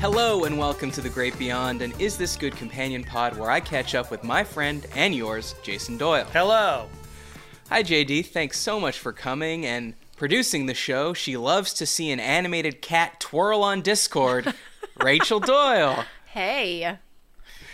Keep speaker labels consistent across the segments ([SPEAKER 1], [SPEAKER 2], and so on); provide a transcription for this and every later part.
[SPEAKER 1] Hello and welcome to The Great Beyond and Is This Good Companion Pod, where I catch up with my friend and yours, Jason Doyle.
[SPEAKER 2] Hello.
[SPEAKER 1] Hi, JD. Thanks so much for coming and producing the show. She loves to see an animated cat twirl on Discord, Rachel Doyle.
[SPEAKER 3] Hey.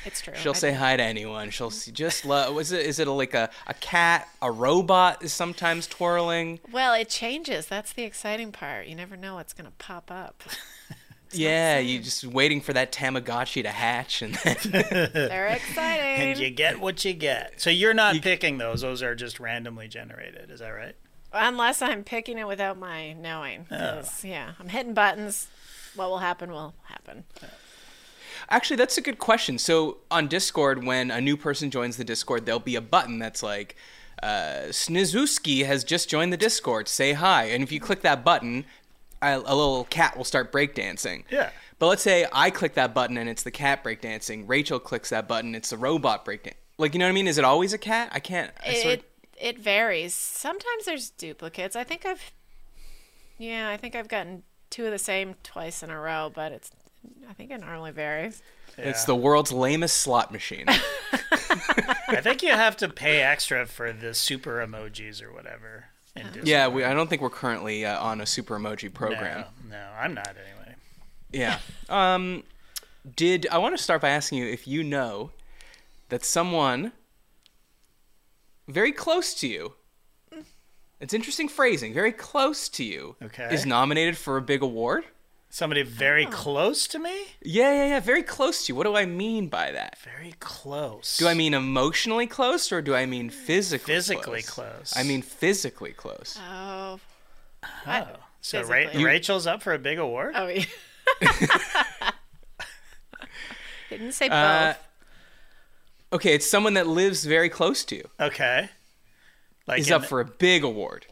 [SPEAKER 3] It's true.
[SPEAKER 1] She'll
[SPEAKER 3] I-
[SPEAKER 1] say hi to anyone. She'll see, just love. Was it? Is it like a, a cat? A robot is sometimes twirling.
[SPEAKER 3] Well, it changes. That's the exciting part. You never know what's going to pop up.
[SPEAKER 1] yeah, you just waiting for that Tamagotchi to hatch, and then
[SPEAKER 3] They're
[SPEAKER 2] And
[SPEAKER 3] exciting.
[SPEAKER 2] you get what you get. So you're not picking those. Those are just randomly generated. Is that right?
[SPEAKER 3] Unless I'm picking it without my knowing.
[SPEAKER 1] Oh.
[SPEAKER 3] 'cause, Yeah, I'm hitting buttons. What will happen will happen.
[SPEAKER 1] Actually, that's a good question. So on Discord, when a new person joins the Discord, there'll be a button that's like, uh, Snizuski has just joined the Discord. Say hi. And if you click that button, a, a little cat will start breakdancing.
[SPEAKER 2] Yeah.
[SPEAKER 1] But let's say I click that button and it's the cat breakdancing. Rachel clicks that button, it's the robot breakdancing. Like, you know what I mean? Is it always a cat? I can't. I sort
[SPEAKER 3] It, it varies. Sometimes there's duplicates. I think I've Yeah, I think I've gotten two of the same twice in a row, but it's I think it normally varies.
[SPEAKER 1] It's
[SPEAKER 2] Yeah.
[SPEAKER 1] the world's lamest slot machine.
[SPEAKER 2] I think you have to pay extra for the super emojis or whatever. In Discord.
[SPEAKER 1] yeah, we, I don't think we're currently uh, on a super emoji program.
[SPEAKER 2] No, no, I'm not anyway.
[SPEAKER 1] Yeah. Um, did I want to start by asking you if you know that someone very close to you? It's interesting phrasing. Very close to you
[SPEAKER 2] Okay.
[SPEAKER 1] is nominated for a big award.
[SPEAKER 2] Somebody
[SPEAKER 3] Oh.
[SPEAKER 2] very close to me.
[SPEAKER 1] Yeah, yeah, yeah. Very close to you. What do I mean by that?
[SPEAKER 2] Very close.
[SPEAKER 1] Do I mean emotionally close or do I mean physically?
[SPEAKER 2] Physically close.
[SPEAKER 1] I mean physically close.
[SPEAKER 3] Oh.
[SPEAKER 2] Oh. So Ra-
[SPEAKER 3] physically. You-
[SPEAKER 2] Rachel's up for a big award.
[SPEAKER 3] Oh, yeah. Didn't say both.
[SPEAKER 1] Uh, Okay, it's someone that lives very close to you.
[SPEAKER 2] Okay. Like
[SPEAKER 1] Is
[SPEAKER 2] in-
[SPEAKER 1] up for a big award.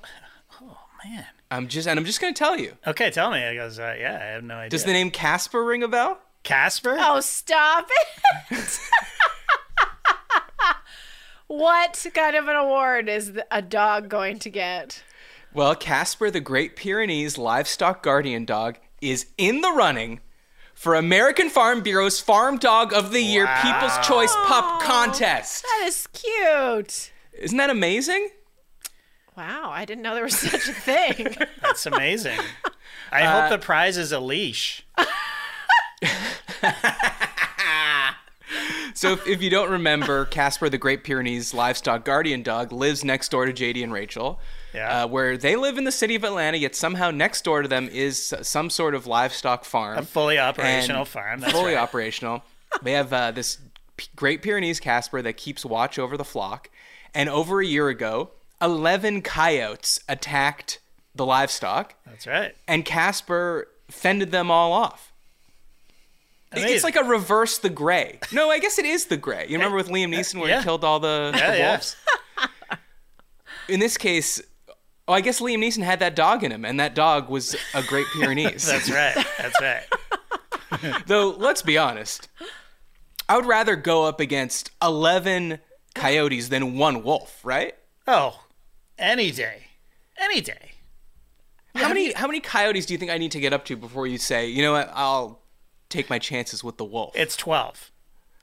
[SPEAKER 2] Oh, man.
[SPEAKER 1] I'm just and I'm just going to tell you.
[SPEAKER 2] Okay, tell me. I goes. Uh, yeah, I have no idea.
[SPEAKER 1] Does the name Casper ring a bell?
[SPEAKER 2] Casper?
[SPEAKER 3] Oh, stop it. what kind of an award is th- a dog going to get?
[SPEAKER 1] Well, Casper the Great Pyrenees livestock guardian dog is in the running for American Farm Bureau's Farm Dog of the Year People's Choice Pup Contest.
[SPEAKER 3] That is cute.
[SPEAKER 1] Isn't that amazing?
[SPEAKER 3] Wow, I didn't know there was such a thing.
[SPEAKER 2] That's amazing. I
[SPEAKER 1] Uh,
[SPEAKER 2] hope the prize is a leash.
[SPEAKER 1] So, if, if you don't remember, Casper the Great Pyrenees livestock guardian dog lives next door to JD and Rachel.
[SPEAKER 2] Yeah.
[SPEAKER 1] Uh, where they live in the city of Atlanta, yet somehow next door to them is s- some sort of livestock farm.
[SPEAKER 2] A fully operational
[SPEAKER 1] and
[SPEAKER 2] farm. That's
[SPEAKER 1] fully
[SPEAKER 2] right.
[SPEAKER 1] operational. They have uh, this P- Great Pyrenees Casper that keeps watch over the flock. And over a year ago, 11 coyotes attacked the livestock,
[SPEAKER 2] That's right.
[SPEAKER 1] and Casper fended them all off. It- It's
[SPEAKER 2] Amazing.
[SPEAKER 1] like a reverse the gray. No, I guess it is the gray. You remember with Liam Neeson where
[SPEAKER 2] yeah.
[SPEAKER 1] he killed all the, the
[SPEAKER 2] Yeah, yeah.
[SPEAKER 1] wolves? In this case, oh, I guess Liam Neeson had that dog in him, and that dog was a Great Pyrenees.
[SPEAKER 2] That's right. That's right.
[SPEAKER 1] Though, let's be honest, I would rather go up against 11 coyotes than one wolf, right?
[SPEAKER 2] Oh, any day. Any day.
[SPEAKER 1] How many how many coyotes do you think I need to get up to before you say, you know what, I'll take my chances with the wolf?
[SPEAKER 2] It's 12.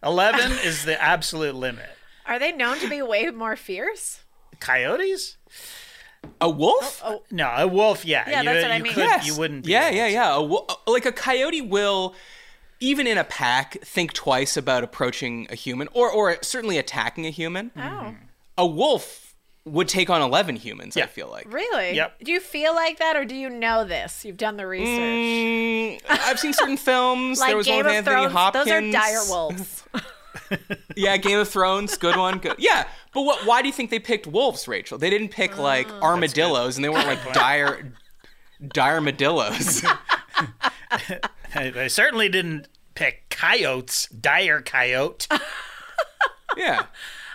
[SPEAKER 2] 11 is the absolute limit.
[SPEAKER 3] Are they known to be way more fierce?
[SPEAKER 2] Coyotes?
[SPEAKER 1] A wolf?
[SPEAKER 2] No, a wolf, yeah.
[SPEAKER 3] Yeah,
[SPEAKER 2] you,
[SPEAKER 3] that's what I
[SPEAKER 2] you
[SPEAKER 3] mean.
[SPEAKER 2] Could,
[SPEAKER 1] Yes.
[SPEAKER 2] Oh, You wouldn't be.
[SPEAKER 1] Yeah,
[SPEAKER 2] able
[SPEAKER 1] yeah,
[SPEAKER 2] to.
[SPEAKER 1] yeah. A wo- like a coyote will even in a pack think twice about approaching a human or or certainly attacking a human.
[SPEAKER 3] Oh,
[SPEAKER 1] A wolf would take on 11 humans, I feel like.
[SPEAKER 3] really?
[SPEAKER 2] Yep.
[SPEAKER 3] Do you feel like that, or do you know this? You've done the research.
[SPEAKER 1] Mm, I've seen certain films.
[SPEAKER 3] Like
[SPEAKER 1] there was
[SPEAKER 3] Game
[SPEAKER 1] one with
[SPEAKER 3] of
[SPEAKER 1] Anthony
[SPEAKER 3] Thrones,
[SPEAKER 1] Hopkins.
[SPEAKER 3] those are dire wolves.
[SPEAKER 1] Yeah, Game of Thrones, good one. Good. Yeah, but what? Why do you think they picked wolves, Rachel? They didn't pick like armadillos, and they weren't like dire, dire armadillos.
[SPEAKER 2] They- They certainly didn't pick coyotes, dire coyote.
[SPEAKER 1] yeah,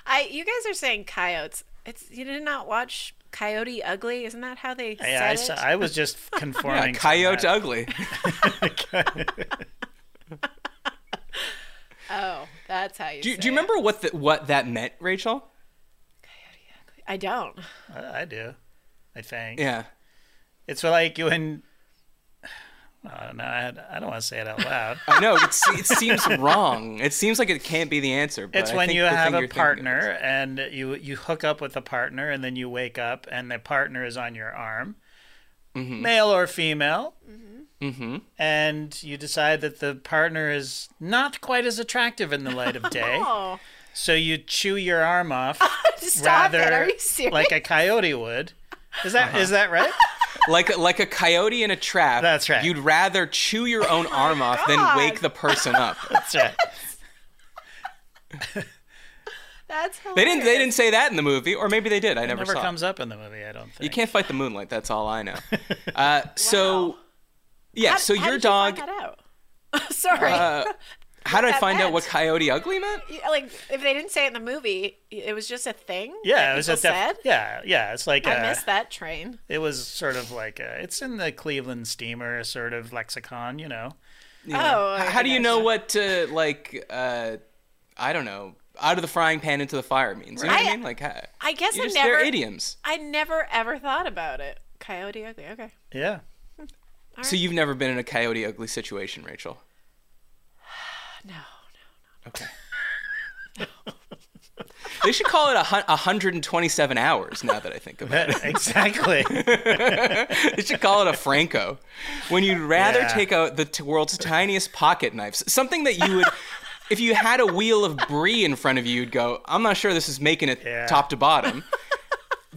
[SPEAKER 3] I you guys are saying coyotes. It's you did not watch Coyote Ugly, isn't that how they
[SPEAKER 2] Yeah, I,
[SPEAKER 3] said
[SPEAKER 2] saw,
[SPEAKER 3] it?
[SPEAKER 2] I was just
[SPEAKER 1] yeah.
[SPEAKER 2] conforming. to
[SPEAKER 1] Coyote
[SPEAKER 2] that.
[SPEAKER 1] Ugly.
[SPEAKER 3] oh, that's how you.
[SPEAKER 1] Do,
[SPEAKER 3] say
[SPEAKER 1] do you
[SPEAKER 3] it.
[SPEAKER 1] remember what the, what that meant, Rachel?
[SPEAKER 3] I don't.
[SPEAKER 2] I I do, I think.
[SPEAKER 1] Yeah.
[SPEAKER 2] It's like when I don't know. I, I don't want to say it out loud.
[SPEAKER 1] I know it, se- it seems wrong. It seems like it can't be the answer. But
[SPEAKER 2] It's
[SPEAKER 1] I
[SPEAKER 2] when
[SPEAKER 1] think
[SPEAKER 2] you
[SPEAKER 1] the thing
[SPEAKER 2] have
[SPEAKER 1] you're
[SPEAKER 2] a
[SPEAKER 1] thinking of
[SPEAKER 2] partner and you you hook up with a partner and then you wake up and the partner is on your arm,
[SPEAKER 1] Mm-hmm.
[SPEAKER 2] male or female, and you decide that the partner is not quite as attractive in the light of day.
[SPEAKER 3] Oh,
[SPEAKER 2] So you chew your arm off
[SPEAKER 3] stop
[SPEAKER 2] rather
[SPEAKER 3] it! Are you serious?
[SPEAKER 2] like a coyote would. Is that
[SPEAKER 1] Uh-huh.
[SPEAKER 2] is that right?
[SPEAKER 1] is. like like a coyote in a trap.
[SPEAKER 2] That's right.
[SPEAKER 1] You'd rather chew your own arm off than
[SPEAKER 3] God.
[SPEAKER 1] wake the person up.
[SPEAKER 2] That's right.
[SPEAKER 3] That's
[SPEAKER 1] They didn't. They didn't say that in the movie, or maybe they did. I never,
[SPEAKER 2] Never
[SPEAKER 1] saw. it.
[SPEAKER 2] comes up in the movie, I don't think.
[SPEAKER 1] You can't fight the moonlight. That's all I know. Uh, so,
[SPEAKER 3] Wow.
[SPEAKER 1] yeah.
[SPEAKER 3] How-
[SPEAKER 1] so
[SPEAKER 3] how
[SPEAKER 1] your
[SPEAKER 3] did you
[SPEAKER 1] dog.
[SPEAKER 3] find that out? Sorry.
[SPEAKER 1] uh, how did I
[SPEAKER 3] that
[SPEAKER 1] find out
[SPEAKER 3] meant? Oh,
[SPEAKER 1] what coyote ugly meant?
[SPEAKER 3] Yeah, like if they didn't say it in the movie, it was just a thing.
[SPEAKER 2] Yeah,
[SPEAKER 3] that
[SPEAKER 2] it was
[SPEAKER 3] people
[SPEAKER 2] a def-
[SPEAKER 3] said.
[SPEAKER 2] yeah, yeah. It's like
[SPEAKER 3] I
[SPEAKER 2] a-
[SPEAKER 3] missed that train.
[SPEAKER 2] It was sort of like a, it's in the Cleveland Steamer sort of lexicon, you know.
[SPEAKER 3] Oh,
[SPEAKER 1] How,
[SPEAKER 3] I
[SPEAKER 1] how do you
[SPEAKER 3] gotcha.
[SPEAKER 1] know what uh, like uh, I don't know out of the frying pan into the fire means? You know what I
[SPEAKER 3] Right.
[SPEAKER 1] mean? Like how,
[SPEAKER 3] I guess
[SPEAKER 1] you
[SPEAKER 3] I
[SPEAKER 1] just,
[SPEAKER 3] never.
[SPEAKER 1] they're idioms.
[SPEAKER 3] I never ever thought about it. Coyote ugly. Okay.
[SPEAKER 2] Yeah.
[SPEAKER 1] So you've never been in a coyote ugly situation, Rachel?
[SPEAKER 3] No.
[SPEAKER 1] Okay. they should call it a hun- 127 hours. Now that I think about it.
[SPEAKER 2] exactly.
[SPEAKER 1] They should call it a Franco. When you'd rather
[SPEAKER 2] Yeah.
[SPEAKER 1] take out the t- world's tiniest pocket knives, something that you would, if you had a wheel of brie in front of you, you'd go, I'm not sure this is making it
[SPEAKER 2] Yeah.
[SPEAKER 1] top to bottom.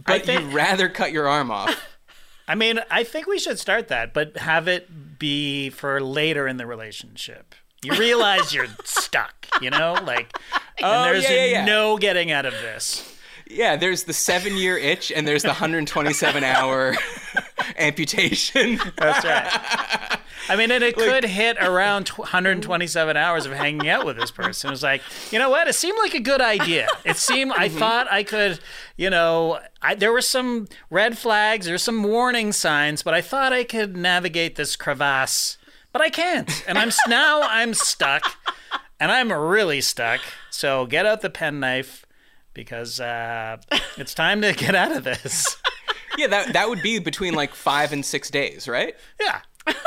[SPEAKER 1] But
[SPEAKER 2] think-
[SPEAKER 1] you'd rather cut your arm off.
[SPEAKER 2] I mean, I think we should start that, but have it be for later in the relationship. You realize you're stuck, you know, like
[SPEAKER 1] Oh,
[SPEAKER 2] and there's
[SPEAKER 1] yeah, yeah, yeah.
[SPEAKER 2] no getting out of this.
[SPEAKER 1] Yeah, there's the seven year itch and there's the 127 hour amputation.
[SPEAKER 2] That's right. I mean, and it could hit around tw- 127 hours of hanging out with this person. It's like, you know what? It seemed like a good idea. It seemed, I thought I could, you know, I, there were some red flags, there were some warning signs, but I thought I could navigate this crevasse, but I can't. And I'm s- now I'm stuck, and I'm really stuck. So get out the penknife because uh, it's time to get out of this.
[SPEAKER 1] Yeah, that, that would be between like five and six days, right?
[SPEAKER 2] Yeah.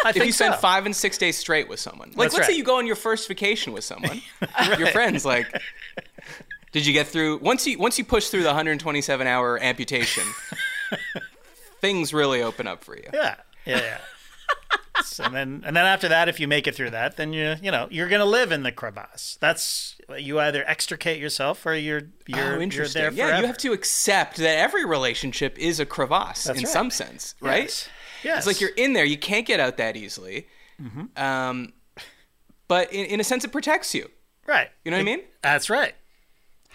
[SPEAKER 2] I
[SPEAKER 1] if
[SPEAKER 2] think
[SPEAKER 1] you spend
[SPEAKER 2] so.
[SPEAKER 1] five and six days straight with someone, like
[SPEAKER 2] That's
[SPEAKER 1] let's say
[SPEAKER 2] right.
[SPEAKER 1] you go on your first vacation with someone, your friends, like, did you get through? Once you once you push through the 127 hour amputation, things really open up for you.
[SPEAKER 2] Yeah, yeah, yeah. So, and then, and then after that, if you make it through that, then you, you know, you're gonna live in the crevasse. That's you either extricate yourself or you're you're,
[SPEAKER 1] oh,
[SPEAKER 2] you're
[SPEAKER 1] interesting.
[SPEAKER 2] there
[SPEAKER 1] yeah,
[SPEAKER 2] forever.
[SPEAKER 1] you have to accept that every relationship is a crevasse in
[SPEAKER 2] right.
[SPEAKER 1] some sense, right?
[SPEAKER 2] Yes. Yes.
[SPEAKER 1] It's like you're in there; you can't get out that easily.
[SPEAKER 2] Mm-hmm.
[SPEAKER 1] Um, but in, in a sense, it protects you.
[SPEAKER 2] right.
[SPEAKER 1] You know what I mean?
[SPEAKER 2] That's right.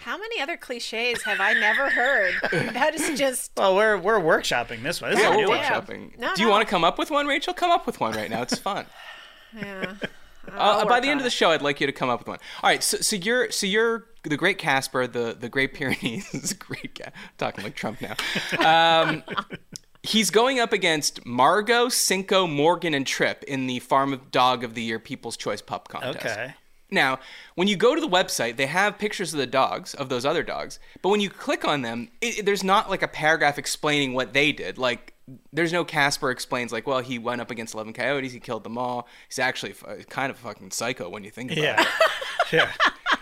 [SPEAKER 3] How many other cliches have I never heard? that is just
[SPEAKER 2] Well, we're we're workshopping this one. This
[SPEAKER 1] Yeah,
[SPEAKER 2] is a
[SPEAKER 1] we're
[SPEAKER 2] new one.
[SPEAKER 3] damn.
[SPEAKER 1] workshopping.
[SPEAKER 3] No,
[SPEAKER 1] Do you
[SPEAKER 3] no.
[SPEAKER 1] want to come up with one, Rachel? Come up with one right now. It's fun.
[SPEAKER 3] yeah.
[SPEAKER 1] Uh, by
[SPEAKER 3] work
[SPEAKER 1] the end of
[SPEAKER 3] on
[SPEAKER 1] the show, I'd like you to come up with one. All right, so, so you're so you're the Great Casper, the the Great Pyrenees, Great Ca- talking like Trump now. Um, he's going up against Margot, Cinco, Morgan, and Tripp in the Farm of Dog of the Year People's Choice Pup Contest.
[SPEAKER 2] Okay.
[SPEAKER 1] Now, when you go to the website, they have pictures of the dogs, of those other dogs, but when you click on them, it, it- there's not like a paragraph explaining what they did. Like, there's no Casper explains, like, well, he went up against 11 coyotes, he killed them all. He's actually f- kind of a fucking psycho when you think about
[SPEAKER 2] Yeah.
[SPEAKER 1] it.
[SPEAKER 2] yeah.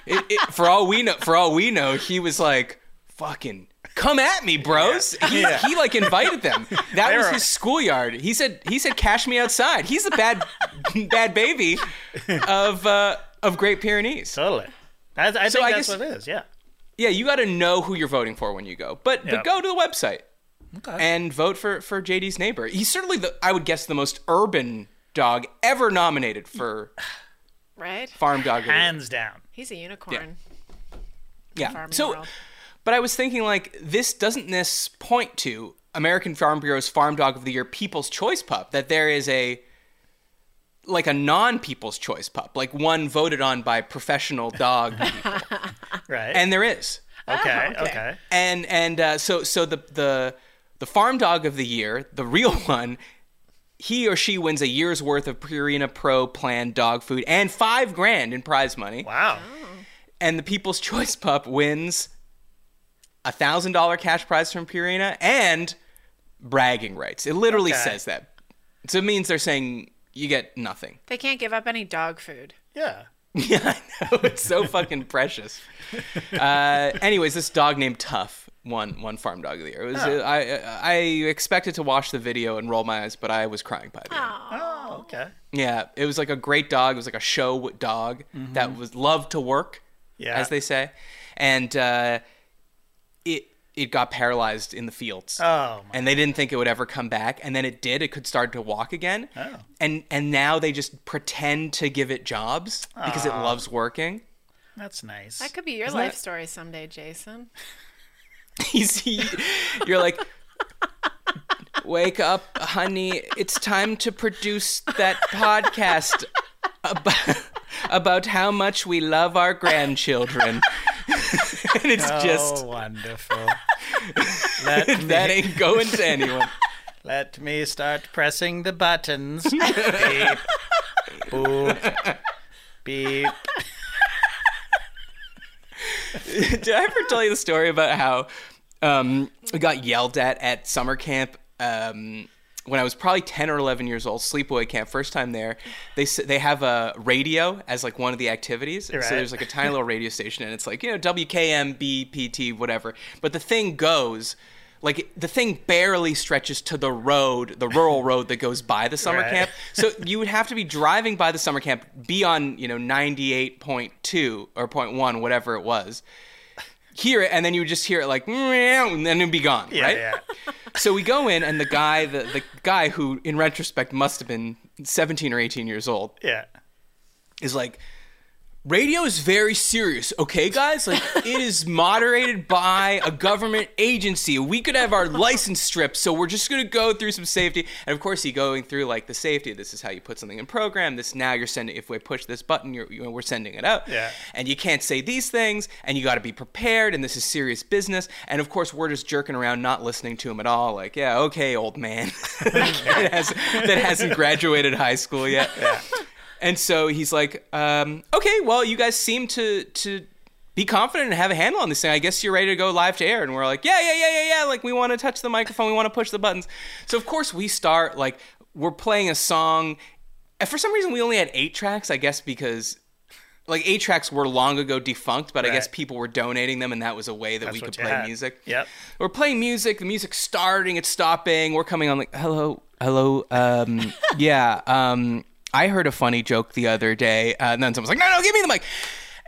[SPEAKER 1] it, it. For all we know, for all we know, he was like, fucking. Come at me, bros. He,
[SPEAKER 2] Yeah.
[SPEAKER 1] he like invited them. That
[SPEAKER 2] They
[SPEAKER 1] was
[SPEAKER 2] were-
[SPEAKER 1] his schoolyard. He said he said cash me outside. He's the bad bad baby of uh, of Great Pyrenees.
[SPEAKER 2] Totally. That's, I
[SPEAKER 1] So
[SPEAKER 2] think
[SPEAKER 1] I
[SPEAKER 2] that's
[SPEAKER 1] guess-
[SPEAKER 2] what it is. Yeah.
[SPEAKER 1] yeah, you got to know who you're voting for when you go. But
[SPEAKER 2] Yeah.
[SPEAKER 1] but go to the website
[SPEAKER 2] Okay.
[SPEAKER 1] and vote for for JD's neighbor. He's certainly the I would guess the most urban dog ever nominated for
[SPEAKER 3] right.
[SPEAKER 1] farm dog. of the Year.
[SPEAKER 2] Hands down.
[SPEAKER 3] He's a unicorn.
[SPEAKER 1] yeah.
[SPEAKER 3] farming
[SPEAKER 1] So
[SPEAKER 3] world.
[SPEAKER 1] but I was thinking like this doesn't this point to American Farm Bureau's Farm Dog of the Year People's Choice pup that there is a like a non-people's choice pup, like one voted on by professional dog people.
[SPEAKER 2] Right.
[SPEAKER 1] and there is.
[SPEAKER 2] okay.
[SPEAKER 3] Oh, okay.
[SPEAKER 2] Okay.
[SPEAKER 1] and and uh, so so the the the farm dog of the year, the real one, he or she wins a year's worth of Purina Pro Plan dog food and five grand in prize money,
[SPEAKER 2] Wow.
[SPEAKER 1] and the People's Choice pup wins a thousand dollar cash prize from Purina and bragging rights. It literally
[SPEAKER 2] Okay.
[SPEAKER 1] says that, so it means they're saying you get nothing.
[SPEAKER 3] They can't give up any dog food.
[SPEAKER 2] Yeah.
[SPEAKER 1] Yeah, I know. It's so fucking precious. Uh, anyways, this dog named Tough won one farm dog of the year. It was,
[SPEAKER 2] Oh.
[SPEAKER 1] uh, I, I expected to watch the video and roll my eyes, but I was crying by the end.
[SPEAKER 2] Oh, okay.
[SPEAKER 1] Yeah, it was like a great dog. It was like a show dog that was loved to work,
[SPEAKER 2] Mm-hmm. Yeah.
[SPEAKER 1] as they say, and uh, it it got paralyzed in the fields.
[SPEAKER 2] Oh, my.
[SPEAKER 1] And they didn't think it would ever come back, and then it did. It could start to walk again,
[SPEAKER 2] Oh.
[SPEAKER 1] and and now they just pretend to give it jobs because it loves working.
[SPEAKER 2] That's nice.
[SPEAKER 3] That could be your
[SPEAKER 1] Isn't
[SPEAKER 3] life
[SPEAKER 1] that-
[SPEAKER 3] story someday, Jason.
[SPEAKER 1] He's he, you're like, wake up, honey! It's time to produce that podcast about, about how much we love our grandchildren. and it's
[SPEAKER 2] oh,
[SPEAKER 1] just
[SPEAKER 2] wonderful. let, me,
[SPEAKER 1] that ain't going to anyone.
[SPEAKER 2] let me start pressing the buttons. beep. Boop. Beep.
[SPEAKER 1] Did I ever tell you the story about how um, I got yelled at at summer camp um, when I was probably ten or eleven years old? Sleepaway camp, first time there. They s- they have a radio as like one of the activities. And So
[SPEAKER 2] Right.
[SPEAKER 1] there's like a tiny little radio station, and it's like you know WKM, BPT, whatever. But the thing goes. Like it- the thing barely stretches to the road, the rural road that goes by the summer
[SPEAKER 2] Right.
[SPEAKER 1] camp. So you would have to be driving by the summer camp, be on you know ninety eight point two or point one, whatever it was, hear it, and then you would just hear it like, "Meow," and then it'd be gone,
[SPEAKER 2] Yeah,
[SPEAKER 1] right?
[SPEAKER 2] yeah.
[SPEAKER 1] So we go in, and the guy, the, the guy who in retrospect must have been 17 or 18 years old,
[SPEAKER 2] Yeah.
[SPEAKER 1] is like, radio is very serious, okay, guys? Like, it is moderated by a government agency. We could have our license stripped, so we're just gonna go through some safety. And of course, he going through like the safety. This is how you put something in program. This now you're sending. If we push this button, you're, you know, we're sending it out.
[SPEAKER 2] Yeah.
[SPEAKER 1] And you can't say these things, and you got to be prepared. And this is serious business. And of course, we're just jerking around, not listening to him at all. Like, yeah, okay, old man, that, has, that hasn't graduated high school yet. And so he's like, um, okay, well, you guys seem to to be confident and have a handle on this thing. I guess you're ready to go live to air. And we're like, yeah, yeah, yeah, yeah, yeah. Like we want to touch the microphone, we want to push the buttons. So of course we start like we're playing a song. And for some reason we only had eight tracks, I guess because like eight tracks were long ago defunct, but I guess
[SPEAKER 2] Right.
[SPEAKER 1] people were donating them, and that was a way that we
[SPEAKER 2] what
[SPEAKER 1] could
[SPEAKER 2] you
[SPEAKER 1] play
[SPEAKER 2] had.
[SPEAKER 1] music.
[SPEAKER 2] Yep.
[SPEAKER 1] We're playing music. The music's starting. It's stopping. We're coming on like, hello, hello. Um, yeah. Um, I heard a funny joke the other day, uh, and then someone's like, no, no, give me the mic.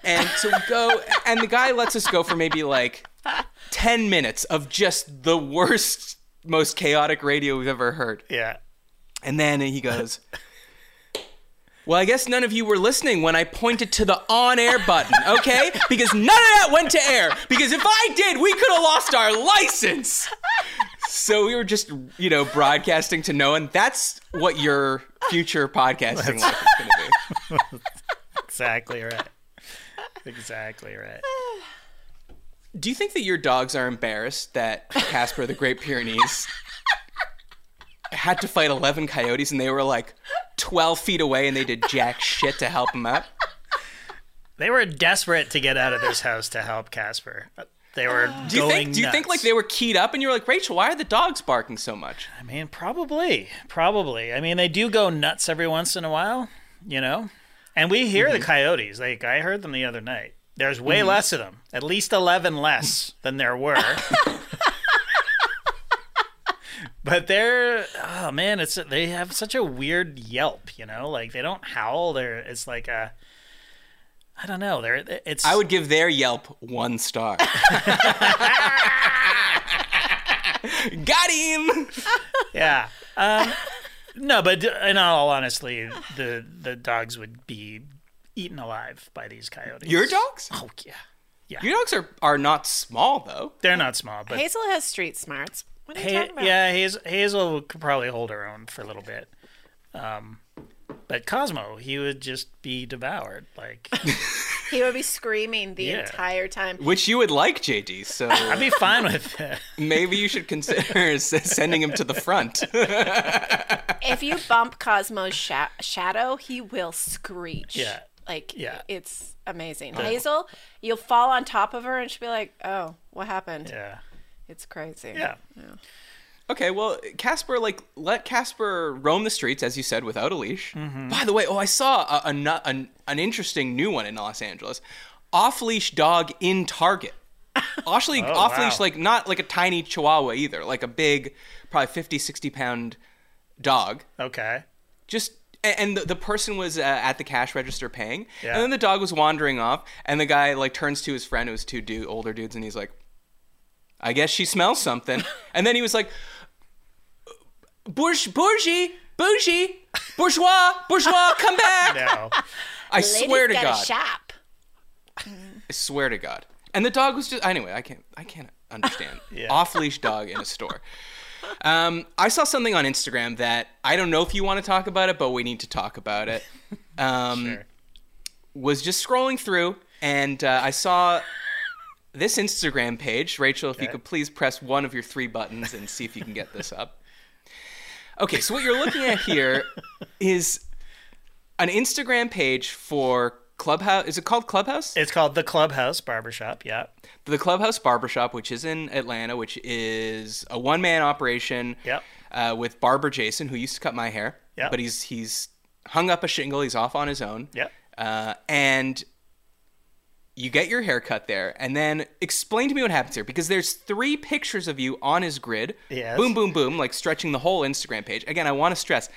[SPEAKER 1] And so we go, and the guy lets us go for maybe like ten minutes of just the worst, most chaotic radio we've ever heard.
[SPEAKER 2] Yeah.
[SPEAKER 1] And then he goes, Well, I guess none of you were listening when I pointed to the on air button, okay? Because none of that went to air. Because if I did, we could have lost our license. So we were just, you know, broadcasting to no one. That's what your future podcasting life is going to be.
[SPEAKER 2] Exactly right. Exactly right.
[SPEAKER 1] Do you think that your dogs are embarrassed that Casper the Great Pyrenees had to fight 11 coyotes and they were like 12 feet away and they did jack shit to help him up?
[SPEAKER 2] They were desperate to get out of this house to help Casper. They were
[SPEAKER 1] Do you
[SPEAKER 2] going
[SPEAKER 1] think? Do you think like
[SPEAKER 2] nuts.
[SPEAKER 1] they were keyed up, and you were like, Rachel, why are the dogs barking so much?
[SPEAKER 2] I mean, probably, probably. I mean, they do go nuts every once in a while, you know. And we hear the coyotes. Like I heard them the other night. There's way less of them. At least eleven less than there were. but they're oh man, it's they have such a weird yelp. You know, like they don't howl. They're it's like a I don't know. They're it's
[SPEAKER 1] I would give their Yelp one star. Got him.
[SPEAKER 2] yeah. Um, no, but in all honestly, the the dogs would be eaten alive by these coyotes.
[SPEAKER 1] Your dogs?
[SPEAKER 2] Oh yeah,
[SPEAKER 1] Your dogs are are not small though.
[SPEAKER 2] they're not small, but
[SPEAKER 3] Hazel has street smarts. What are you
[SPEAKER 2] Ha-
[SPEAKER 3] talking about?
[SPEAKER 2] yeah, Hazel, Hazel could probably hold her own for a little bit. Um, but Cosmo, he would just be devoured. Like
[SPEAKER 3] He would be screaming the
[SPEAKER 2] Yeah.
[SPEAKER 3] entire time.
[SPEAKER 1] Which you would like, JD. So
[SPEAKER 2] I'd be fine with it.
[SPEAKER 1] maybe you should consider s- sending him to the front.
[SPEAKER 3] If you bump Cosmo's sha- shadow, he will screech.
[SPEAKER 2] Yeah.
[SPEAKER 3] Like,
[SPEAKER 2] Yeah.
[SPEAKER 3] it's amazing. Hazel, you'll fall on top of her and she'll be like, oh, what happened?
[SPEAKER 2] Yeah,
[SPEAKER 3] It's crazy.
[SPEAKER 2] yeah.
[SPEAKER 1] Okay, well, Casper, like, let Casper roam the streets, as you said, without a leash. By the way, oh, I saw a, a, nu- an, an interesting new one in Los Angeles off leash dog in Target. Off leash, off leash,
[SPEAKER 2] wow.
[SPEAKER 1] like, not like a tiny chihuahua either, like a big, probably 50, 60 pound dog.
[SPEAKER 2] Okay.
[SPEAKER 1] Just, a- and the, the person was uh, at the cash register paying.
[SPEAKER 2] Yeah.
[SPEAKER 1] And then the dog was wandering off, and the guy, like, turns to his friend, who was two dude, older dudes, and he's like, I guess she smells something. And then he was like, Bourge, bourgie, bougie, bourgeois, bourgeois, come back.
[SPEAKER 2] No.
[SPEAKER 1] I
[SPEAKER 3] Lady's
[SPEAKER 1] swear to
[SPEAKER 3] got
[SPEAKER 1] God.
[SPEAKER 3] A shop.
[SPEAKER 1] I swear to God. And the dog was just anyway. I can't. I can't understand
[SPEAKER 2] Yeah.
[SPEAKER 1] off leash dog in a store. Um, I saw something on Instagram that I don't know if you want to talk about it, but we need to talk about it. Um,
[SPEAKER 2] Sure.
[SPEAKER 1] Was just scrolling through and uh, I saw this Instagram page. Rachel, if you
[SPEAKER 2] Okay.
[SPEAKER 1] could please press one of your three buttons and see if you can get this up. Okay, so what you're looking at here is an Instagram page for Clubhouse. Is it called Clubhouse?
[SPEAKER 2] It's called the Clubhouse Barbershop. Yeah.
[SPEAKER 1] the Clubhouse Barbershop, which is in Atlanta, which is a one man operation.
[SPEAKER 2] Yep.
[SPEAKER 1] Uh, with barber Jason, who used to cut my hair.
[SPEAKER 2] Yep.
[SPEAKER 1] But he's he's hung up a shingle. He's off on his own.
[SPEAKER 2] Yep.
[SPEAKER 1] Uh, and you get your hair cut there, and then explain to me what happens here, because there's three pictures of you on his grid.
[SPEAKER 2] Yes.
[SPEAKER 1] Boom, boom, boom, like stretching the whole Instagram page. Again, I want to stress,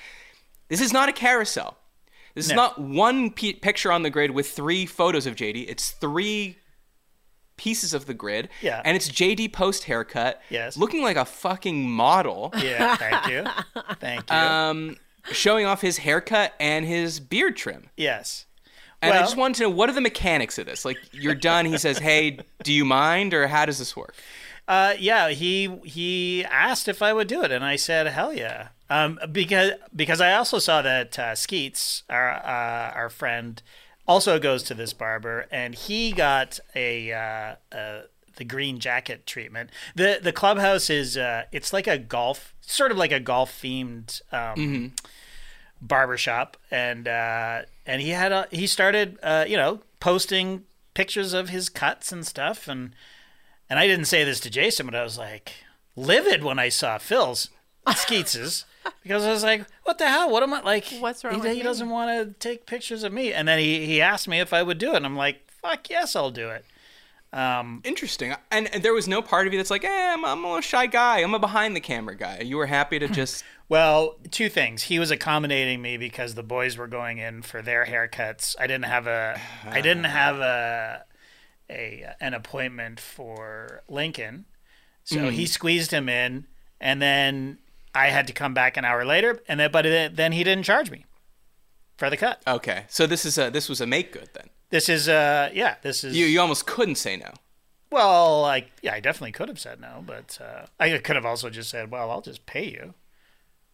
[SPEAKER 1] this is not a carousel. This is
[SPEAKER 2] No.
[SPEAKER 1] not one p- picture on the grid with three photos of JD. It's three pieces of the grid.
[SPEAKER 2] Yeah.
[SPEAKER 1] And it's JD post haircut.
[SPEAKER 2] Yes.
[SPEAKER 1] Looking like a fucking model,
[SPEAKER 2] Yeah. Thank you. Thank you.
[SPEAKER 1] showing off his haircut and his beard trim.
[SPEAKER 2] yes.
[SPEAKER 1] And I
[SPEAKER 2] Well-
[SPEAKER 1] just wanted to know what are the mechanics of this? Like, you're done. He says, "Hey, do you mind?" Or how does this work?
[SPEAKER 2] Uh, yeah, he he asked if I would do it, and I said, "Hell yeah!" Um, because because I also saw that uh, Skeets, our uh, our friend, also goes to this barber, and he got a uh, uh, the green jacket treatment. the The clubhouse is uh, it's like a golf, sort of like a golf themed um, barbershop and uh and he had a, he started uh you know posting pictures of his cuts and stuff and and I didn't say this to Jason but I was like livid when I saw Phil's Skeets's because I was like what the hell what am I like
[SPEAKER 3] What's wrong
[SPEAKER 2] he,
[SPEAKER 3] with
[SPEAKER 2] he
[SPEAKER 3] me?
[SPEAKER 2] doesn't want to take pictures of me and then he he asked me if I would do it and I'm like fuck yes I'll do it
[SPEAKER 1] Interesting. And and there was no part of you that's like, "Eh, I'm, I'm a little shy guy. I'm a behind the camera guy." You were happy to just.
[SPEAKER 2] Well, two things. He was accommodating me because the boys were going in for their haircuts. I didn't have a I didn't have a a an appointment for Lincoln. So
[SPEAKER 1] Mm.
[SPEAKER 2] he squeezed him in and then I had to come back an hour later and then but then then he didn't charge me for the cut.
[SPEAKER 1] Okay, so this is a this was a make good then.
[SPEAKER 2] This is uh yeah, this is
[SPEAKER 1] You you almost couldn't say no.
[SPEAKER 2] well, like yeah, I definitely could have said no, but uh, I could have also just said, "Well, I'll just pay you."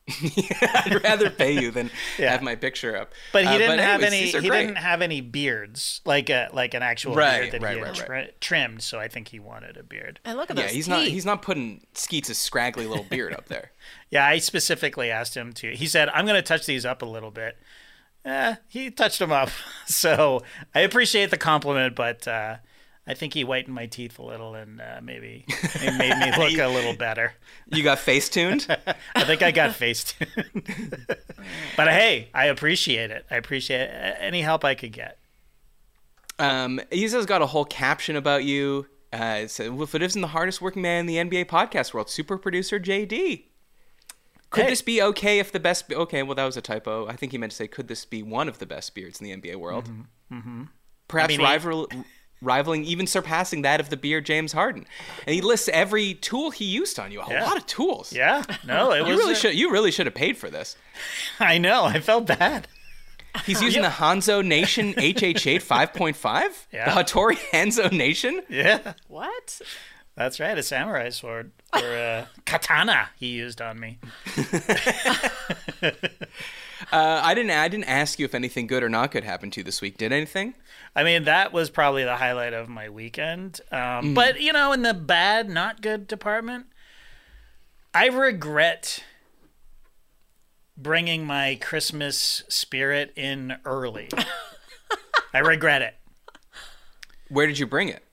[SPEAKER 1] I'd rather pay you than
[SPEAKER 2] Yeah.
[SPEAKER 1] have my picture up.
[SPEAKER 2] But he
[SPEAKER 1] Uh,
[SPEAKER 2] didn't have
[SPEAKER 1] anyways,
[SPEAKER 2] any.
[SPEAKER 1] these are
[SPEAKER 2] He
[SPEAKER 1] great.
[SPEAKER 2] didn't have any beards, like a like an actual
[SPEAKER 1] Right,
[SPEAKER 2] beard that
[SPEAKER 1] right,
[SPEAKER 2] he had
[SPEAKER 1] right,
[SPEAKER 2] tri- trimmed. So I think he wanted a beard.
[SPEAKER 3] And look at
[SPEAKER 1] Yeah,
[SPEAKER 3] those
[SPEAKER 1] he's
[SPEAKER 3] teeth.
[SPEAKER 1] not he's not putting Skeets' scraggly little beard up there.
[SPEAKER 2] Yeah, I specifically asked him to. He said, "I'm going to touch these up a little bit." Eh, he touched them up. So I appreciate the compliment, but uh, I think he whitened my teeth a little and uh, maybe it made me look a little better.
[SPEAKER 1] You got face tuned.
[SPEAKER 2] I think I got faced. but hey, I appreciate it. I appreciate any help I could get.
[SPEAKER 1] Um, he's has got a whole caption about you. Uh, it says, "If it isn't the hardest working man in the NBA podcast world, super producer JD." Could
[SPEAKER 2] Hey.
[SPEAKER 1] this be okay if the best? Okay, well that was a typo. I think he meant to say, "Could this be one of the best beards in the NBA world?" Mm-hmm. Perhaps
[SPEAKER 2] mean, he-
[SPEAKER 1] rival, rivaling, even surpassing that of the beard James Harden. And he lists every tool he used on you. A
[SPEAKER 2] Yeah.
[SPEAKER 1] lot of tools.
[SPEAKER 2] Yeah, no, it was.
[SPEAKER 1] You really
[SPEAKER 2] a-
[SPEAKER 1] should. You really should have paid for this.
[SPEAKER 2] I know. I felt bad.
[SPEAKER 1] He's using the Hanzo Nation HH8 5.5.
[SPEAKER 2] Yeah.
[SPEAKER 1] The Hattori Hanzo Nation.
[SPEAKER 2] Yeah.
[SPEAKER 3] What?
[SPEAKER 2] That's right, a samurai sword or a katana he used on me.
[SPEAKER 1] Uh, I didn't. I didn't ask you if anything good or not good happened to you this week. Did anything?
[SPEAKER 2] I mean, that was probably the highlight of my weekend. Um, But you know, in the bad, not good department, I regret bringing my Christmas spirit in early. I regret it.
[SPEAKER 1] Where did you bring it?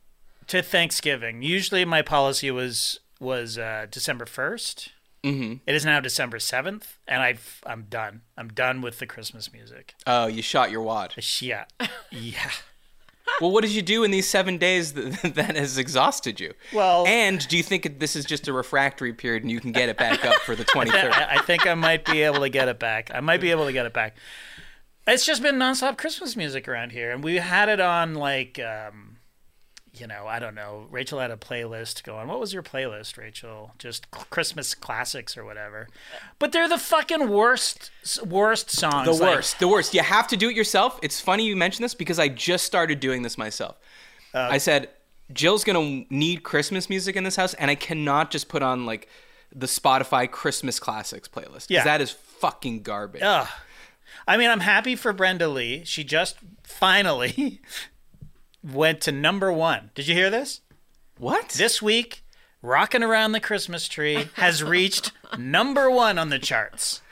[SPEAKER 2] to Thanksgiving. Usually, my policy was was uh, December first, It is now December seventh, and I've I'm done. I'm done with the Christmas music.
[SPEAKER 1] Oh, you shot your wad.
[SPEAKER 2] Yeah, yeah.
[SPEAKER 1] Well, what did you do in these seven days that, that has exhausted you?
[SPEAKER 2] Well-
[SPEAKER 1] and do you think this is just a refractory period and you can get it back up for the 23rd?
[SPEAKER 2] I I think I might be able to get it back. I might be able to get it back. It's just been nonstop Christmas music around here, and we had it on like, um, you know, I don't know. Rachel had a playlist going. What was your playlist, Rachel? Just cl- Christmas classics or whatever. But they're the fucking worst, worst songs.
[SPEAKER 1] The
[SPEAKER 2] like-
[SPEAKER 1] worst, the worst. You have to do it yourself. It's funny you mention this because I just started doing this myself. I said, Jill's going to need Christmas music in this house, and I cannot just put on like the Spotify Christmas classics playlist.
[SPEAKER 2] Yeah.
[SPEAKER 1] Because that is fucking garbage.
[SPEAKER 2] Ugh. I mean, I'm happy for Brenda Lee. She just finally went to number one. Did you hear this?
[SPEAKER 1] what?
[SPEAKER 2] This week, Rockin' Around the Christmas Tree has reached number one on the charts.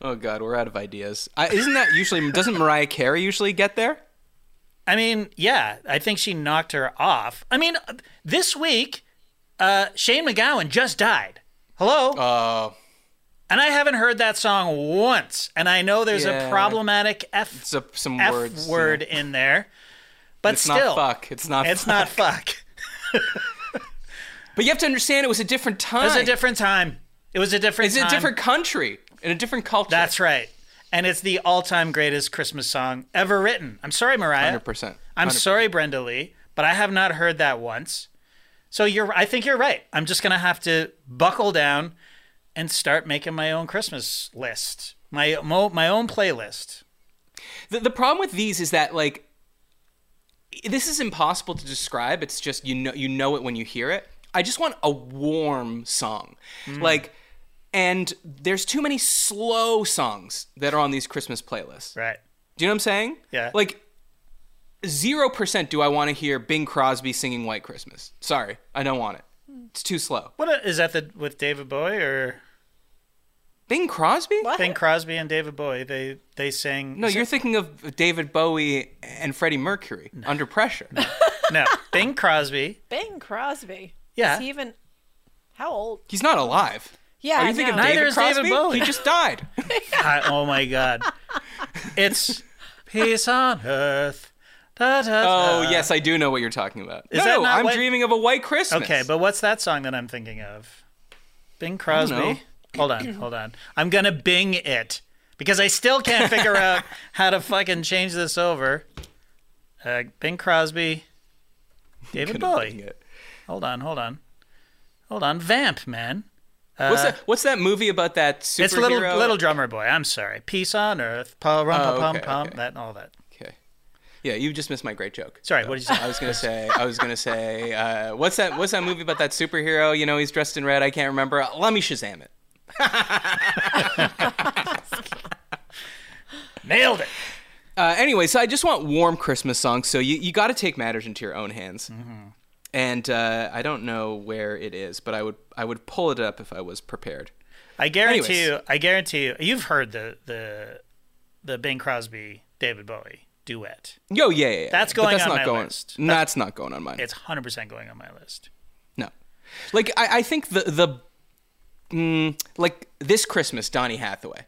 [SPEAKER 1] oh, God, we're out of ideas. I, isn't that usually, doesn't Mariah Carey usually get there?
[SPEAKER 2] I mean, yeah, I think she knocked her off. I mean, this week, uh, Shane McGowan just died. Hello?
[SPEAKER 1] Oh,
[SPEAKER 2] and I haven't heard that song once. And I know there's a
[SPEAKER 1] Yeah.
[SPEAKER 2] problematic F,
[SPEAKER 1] it's a, some
[SPEAKER 2] F
[SPEAKER 1] words. you know.
[SPEAKER 2] word in there. But
[SPEAKER 1] It's not
[SPEAKER 2] still,
[SPEAKER 1] fuck. It's not
[SPEAKER 2] it's
[SPEAKER 1] fuck.
[SPEAKER 2] not fuck.
[SPEAKER 1] But you have to understand it was a different time.
[SPEAKER 2] It was a different time. It was a different
[SPEAKER 1] It's a
[SPEAKER 2] time.
[SPEAKER 1] different country in a different culture.
[SPEAKER 2] That's right. And it's the all time greatest Christmas song ever written. I'm sorry, Mariah.
[SPEAKER 1] 100%.
[SPEAKER 2] I'm sorry, Brenda Lee, but I have not heard that once. So you're I think you're right. I'm just gonna have to buckle down and start making my own Christmas list. My mo- my own playlist.
[SPEAKER 1] The, the problem with these is that like this is impossible to describe. It's just you know you know it when you hear it. I just want a warm song.
[SPEAKER 2] Mm.
[SPEAKER 1] Like and there's too many slow songs that are on these Christmas playlists.
[SPEAKER 2] Right.
[SPEAKER 1] Do you know what I'm saying?
[SPEAKER 2] Yeah.
[SPEAKER 1] Like 0% do I want to hear Bing Crosby singing White Christmas. Sorry, I don't want it. It's too slow.
[SPEAKER 2] What a, is that the with David Bowie or
[SPEAKER 1] Bing Crosby?
[SPEAKER 2] Bing Crosby and David Bowie? They they sang
[SPEAKER 1] No, you're thinking of David Bowie and Freddie Mercury under pressure.
[SPEAKER 2] no Bing Crosby.
[SPEAKER 3] Bing Crosby.
[SPEAKER 2] Yeah.
[SPEAKER 3] Is he even how old?
[SPEAKER 1] He's not alive.
[SPEAKER 3] Yeah,
[SPEAKER 1] Are
[SPEAKER 3] I
[SPEAKER 1] you thinking
[SPEAKER 3] know.
[SPEAKER 1] of
[SPEAKER 2] Neither
[SPEAKER 1] David
[SPEAKER 2] is
[SPEAKER 1] Crosby?
[SPEAKER 2] David Bowie.
[SPEAKER 1] He just died.
[SPEAKER 2] I- oh my god. It's peace on earth. Da, da, da.
[SPEAKER 1] oh yes, I do know what you're talking about.
[SPEAKER 2] Uh, Is
[SPEAKER 1] no,
[SPEAKER 2] that not
[SPEAKER 1] I'm
[SPEAKER 2] what-
[SPEAKER 1] dreaming of a white Christmas.
[SPEAKER 2] Okay, but what's that song that I'm thinking of? Bing
[SPEAKER 1] know.
[SPEAKER 2] Crosby. Hold on, hold on. I'm gonna Bing it because I still can't figure out how to fucking change this over. Uh, Bing Crosby, David
[SPEAKER 1] Couldn't think
[SPEAKER 2] Bowie.
[SPEAKER 1] it.
[SPEAKER 2] Hold on, hold on, hold on. Vamp, man.
[SPEAKER 1] What's that? What's that movie about that superhero?
[SPEAKER 2] Uh, It's little little drummer boy. I'm sorry. Peace on earth. Pa rum
[SPEAKER 1] Oh,
[SPEAKER 2] pa pum
[SPEAKER 1] okay,
[SPEAKER 2] pum.
[SPEAKER 1] okay.
[SPEAKER 2] That all that.
[SPEAKER 1] Okay. Yeah, you just missed my great joke.
[SPEAKER 2] Sorry, what did you say?
[SPEAKER 1] I was gonna say. I was gonna say. Uh, what's that? What's that movie about that superhero? You know, he's dressed in red. I can't remember. Let me Shazam it.
[SPEAKER 2] Nailed it.
[SPEAKER 1] Uh, anyway, so I just want warm Christmas songs. So you, you got to take matters into your own hands.
[SPEAKER 2] Mm-hmm.
[SPEAKER 1] And uh, I don't know where it is, but I would I would pull it up if I was prepared.
[SPEAKER 2] I guarantee
[SPEAKER 1] Anyways.
[SPEAKER 2] you. I guarantee you. You've heard the the the Bing Crosby David Bowie duet.
[SPEAKER 1] Yo, yeah, yeah, yeah.
[SPEAKER 2] That's
[SPEAKER 1] But
[SPEAKER 2] going
[SPEAKER 1] that's
[SPEAKER 2] on
[SPEAKER 1] not
[SPEAKER 2] my
[SPEAKER 1] going,
[SPEAKER 2] list.
[SPEAKER 1] That's, that's not going on mine.
[SPEAKER 2] It's hundred percent going on my list.
[SPEAKER 1] No, like I, I think the the mm, like this Christmas, Donny Hathaway.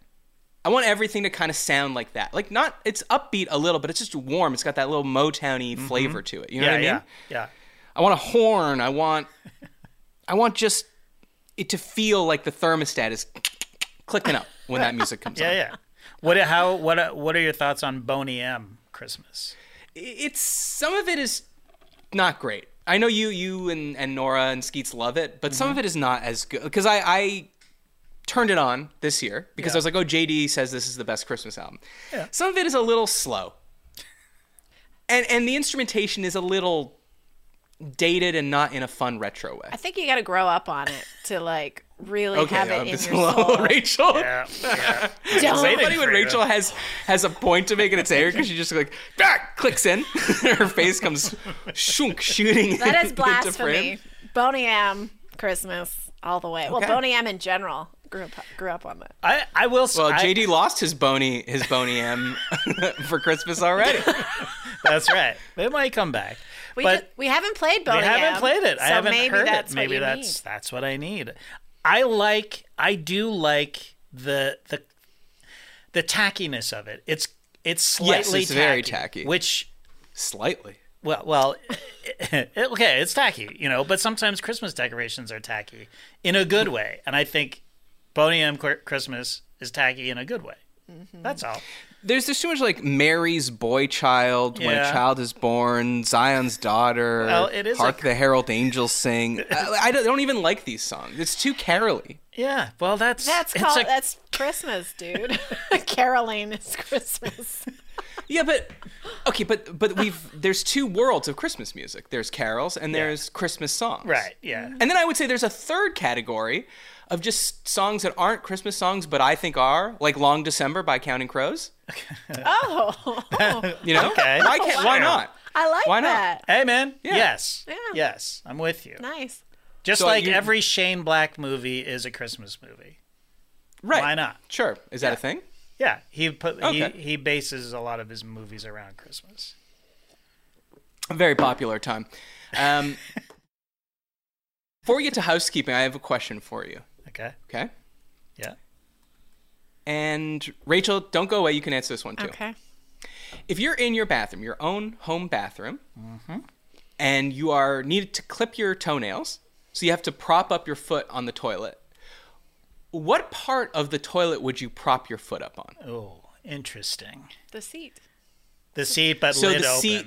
[SPEAKER 1] I want everything to kind of sound like that. Like not, it's upbeat a little, but it's just warm. It's got that little Motowny flavor to it. You know
[SPEAKER 2] Mm-hmm. Yeah,
[SPEAKER 1] what I mean?
[SPEAKER 2] yeah, yeah.
[SPEAKER 1] I want a horn. I want I want just it to feel like the thermostat is clicking up when that music comes
[SPEAKER 2] Yeah,
[SPEAKER 1] on.
[SPEAKER 2] yeah. What? How? What? What are your thoughts on Boney M Christmas?
[SPEAKER 1] It's some of it is not great. I know you you and, and Nora and Skeets love it, but
[SPEAKER 2] Mm-hmm.
[SPEAKER 1] some of it is not as good because I, I turned it on this year because I was like, oh, JD says this is the best Christmas album.
[SPEAKER 2] Yeah.
[SPEAKER 1] Some of it is a little slow, and and the instrumentation is a little dated and not in a fun retro way.
[SPEAKER 3] I think you got to grow up on it to like really have it
[SPEAKER 1] um,
[SPEAKER 3] in your
[SPEAKER 1] this-
[SPEAKER 3] soul.
[SPEAKER 1] Rachel.
[SPEAKER 2] Yeah, yeah.
[SPEAKER 3] Don't.
[SPEAKER 1] funny when
[SPEAKER 2] for you.
[SPEAKER 1] Rachel has has a point to make and it's Eric because she just like "Ah!" clicks in, her face comes shunk shooting.
[SPEAKER 3] That is
[SPEAKER 1] into frame.
[SPEAKER 3] blasphemy. Boney M. Christmas all the way. Well, Boney M. in general grew up grew up on that.
[SPEAKER 2] I, I will.
[SPEAKER 1] Well, JD lost his bony his bony M for Christmas already.
[SPEAKER 2] that's right. It might come back,
[SPEAKER 3] We
[SPEAKER 2] but
[SPEAKER 3] ju- we haven't played Boney
[SPEAKER 2] I haven't
[SPEAKER 3] M,
[SPEAKER 2] played it. I
[SPEAKER 3] so
[SPEAKER 2] haven't
[SPEAKER 3] maybe
[SPEAKER 2] heard
[SPEAKER 3] that's
[SPEAKER 2] it.
[SPEAKER 3] what
[SPEAKER 2] Maybe
[SPEAKER 3] you
[SPEAKER 2] that's
[SPEAKER 3] need.
[SPEAKER 2] that's what I need. I like I do like the the the tackiness of it. It's it's
[SPEAKER 1] Yes,
[SPEAKER 2] slightly
[SPEAKER 1] it's very
[SPEAKER 2] tacky,
[SPEAKER 1] tacky.
[SPEAKER 2] which
[SPEAKER 1] Slightly.
[SPEAKER 2] well, well, it- okay, it's tacky, you know, but sometimes Christmas decorations are tacky in a good way, and I think Boney M Cri- Christmas is tacky in a good way.
[SPEAKER 3] Mm-hmm.
[SPEAKER 2] That's all.
[SPEAKER 1] There's there's too much like Mary's boy child when
[SPEAKER 2] Yeah.
[SPEAKER 1] a child is born, Zion's daughter,
[SPEAKER 2] Well, it is
[SPEAKER 1] Hark
[SPEAKER 2] a-
[SPEAKER 1] the Herald Angels Sing. I, I don't, I don't even like these songs. It's too caroly.
[SPEAKER 2] Yeah. Well, that's
[SPEAKER 3] That's
[SPEAKER 2] it's
[SPEAKER 3] called
[SPEAKER 2] a-
[SPEAKER 3] that's Christmas, dude. Caroling is Christmas.
[SPEAKER 1] Yeah, but okay, but but we've there's two worlds of Christmas music. There's carols and there's Christmas songs.
[SPEAKER 2] right. Yeah.
[SPEAKER 1] And then I would say there's a third category of just songs that aren't Christmas songs, but I think are like Long December by Counting Crows.
[SPEAKER 3] Oh,
[SPEAKER 1] You know,
[SPEAKER 2] Okay.
[SPEAKER 1] why can't why
[SPEAKER 2] Sure.
[SPEAKER 1] not?
[SPEAKER 3] I like
[SPEAKER 1] Why not?
[SPEAKER 3] that.
[SPEAKER 2] Hey, man.
[SPEAKER 1] Yeah.
[SPEAKER 2] Yes.
[SPEAKER 3] Yeah.
[SPEAKER 2] Yes. I'm with you.
[SPEAKER 3] Nice.
[SPEAKER 2] Just
[SPEAKER 1] So
[SPEAKER 2] like
[SPEAKER 1] you-
[SPEAKER 2] every Shane Black movie is a Christmas movie.
[SPEAKER 1] Right?
[SPEAKER 2] Why not?
[SPEAKER 1] Sure. Is that a thing?
[SPEAKER 2] Yeah, he put
[SPEAKER 1] Okay.
[SPEAKER 2] he, he bases a lot of his movies around Christmas.
[SPEAKER 1] A very popular time. Um, before we get to housekeeping, I have a question for you.
[SPEAKER 2] Okay.
[SPEAKER 1] Okay.
[SPEAKER 2] Yeah.
[SPEAKER 1] And Rachel, don't go away. You can answer this one too.
[SPEAKER 3] Okay.
[SPEAKER 1] If you're in your bathroom, your own home bathroom,
[SPEAKER 2] Mm-hmm.
[SPEAKER 1] and you are needed to clip your toenails, so you have to prop up your foot on the toilet. What part of the toilet would you prop your foot up on?
[SPEAKER 2] Oh, interesting.
[SPEAKER 3] The seat.
[SPEAKER 2] The seat, but
[SPEAKER 1] So
[SPEAKER 2] lid
[SPEAKER 1] the
[SPEAKER 2] open.
[SPEAKER 1] seat-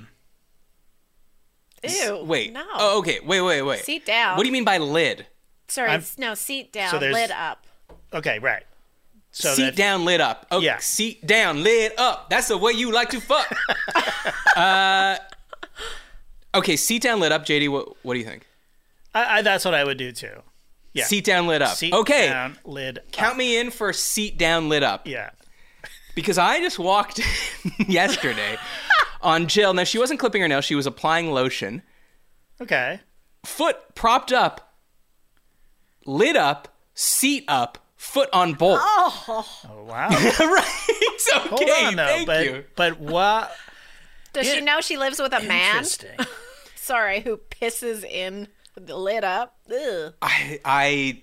[SPEAKER 3] Ew.
[SPEAKER 1] Wait.
[SPEAKER 3] No.
[SPEAKER 1] Oh, okay. Wait, wait, wait.
[SPEAKER 3] Seat down.
[SPEAKER 1] What do you mean by lid?
[SPEAKER 3] Sorry.
[SPEAKER 2] I'm-
[SPEAKER 3] s- no, seat down,
[SPEAKER 2] there's-
[SPEAKER 3] lid up.
[SPEAKER 2] Okay, right. So
[SPEAKER 1] seat
[SPEAKER 2] that,
[SPEAKER 1] down, lit up. Oh,
[SPEAKER 2] Yeah.
[SPEAKER 1] Seat down, lit up. That's the way you like to fuck. uh, okay. Seat down, lit up. JD, what, what do you think?
[SPEAKER 2] I, I, that's what I would do too. Yeah.
[SPEAKER 1] Seat down, lit up.
[SPEAKER 2] Seat
[SPEAKER 1] okay.
[SPEAKER 2] down, lid.
[SPEAKER 1] Count me in for seat down, lit up.
[SPEAKER 2] Yeah.
[SPEAKER 1] because I just walked yesterday on Jill. Now she wasn't clipping her nail; she was applying lotion.
[SPEAKER 2] Okay.
[SPEAKER 1] Foot propped up, lid up, seat up, foot on bolt.
[SPEAKER 2] Oh wow.
[SPEAKER 1] right? It's okay.
[SPEAKER 2] Hold on though,
[SPEAKER 1] Thank
[SPEAKER 2] but
[SPEAKER 1] you.
[SPEAKER 2] but what?
[SPEAKER 3] Does
[SPEAKER 2] Yeah.
[SPEAKER 3] she know she lives with a man?
[SPEAKER 2] Interesting.
[SPEAKER 3] Sorry, who pisses in the lid up? Ugh.
[SPEAKER 1] I, I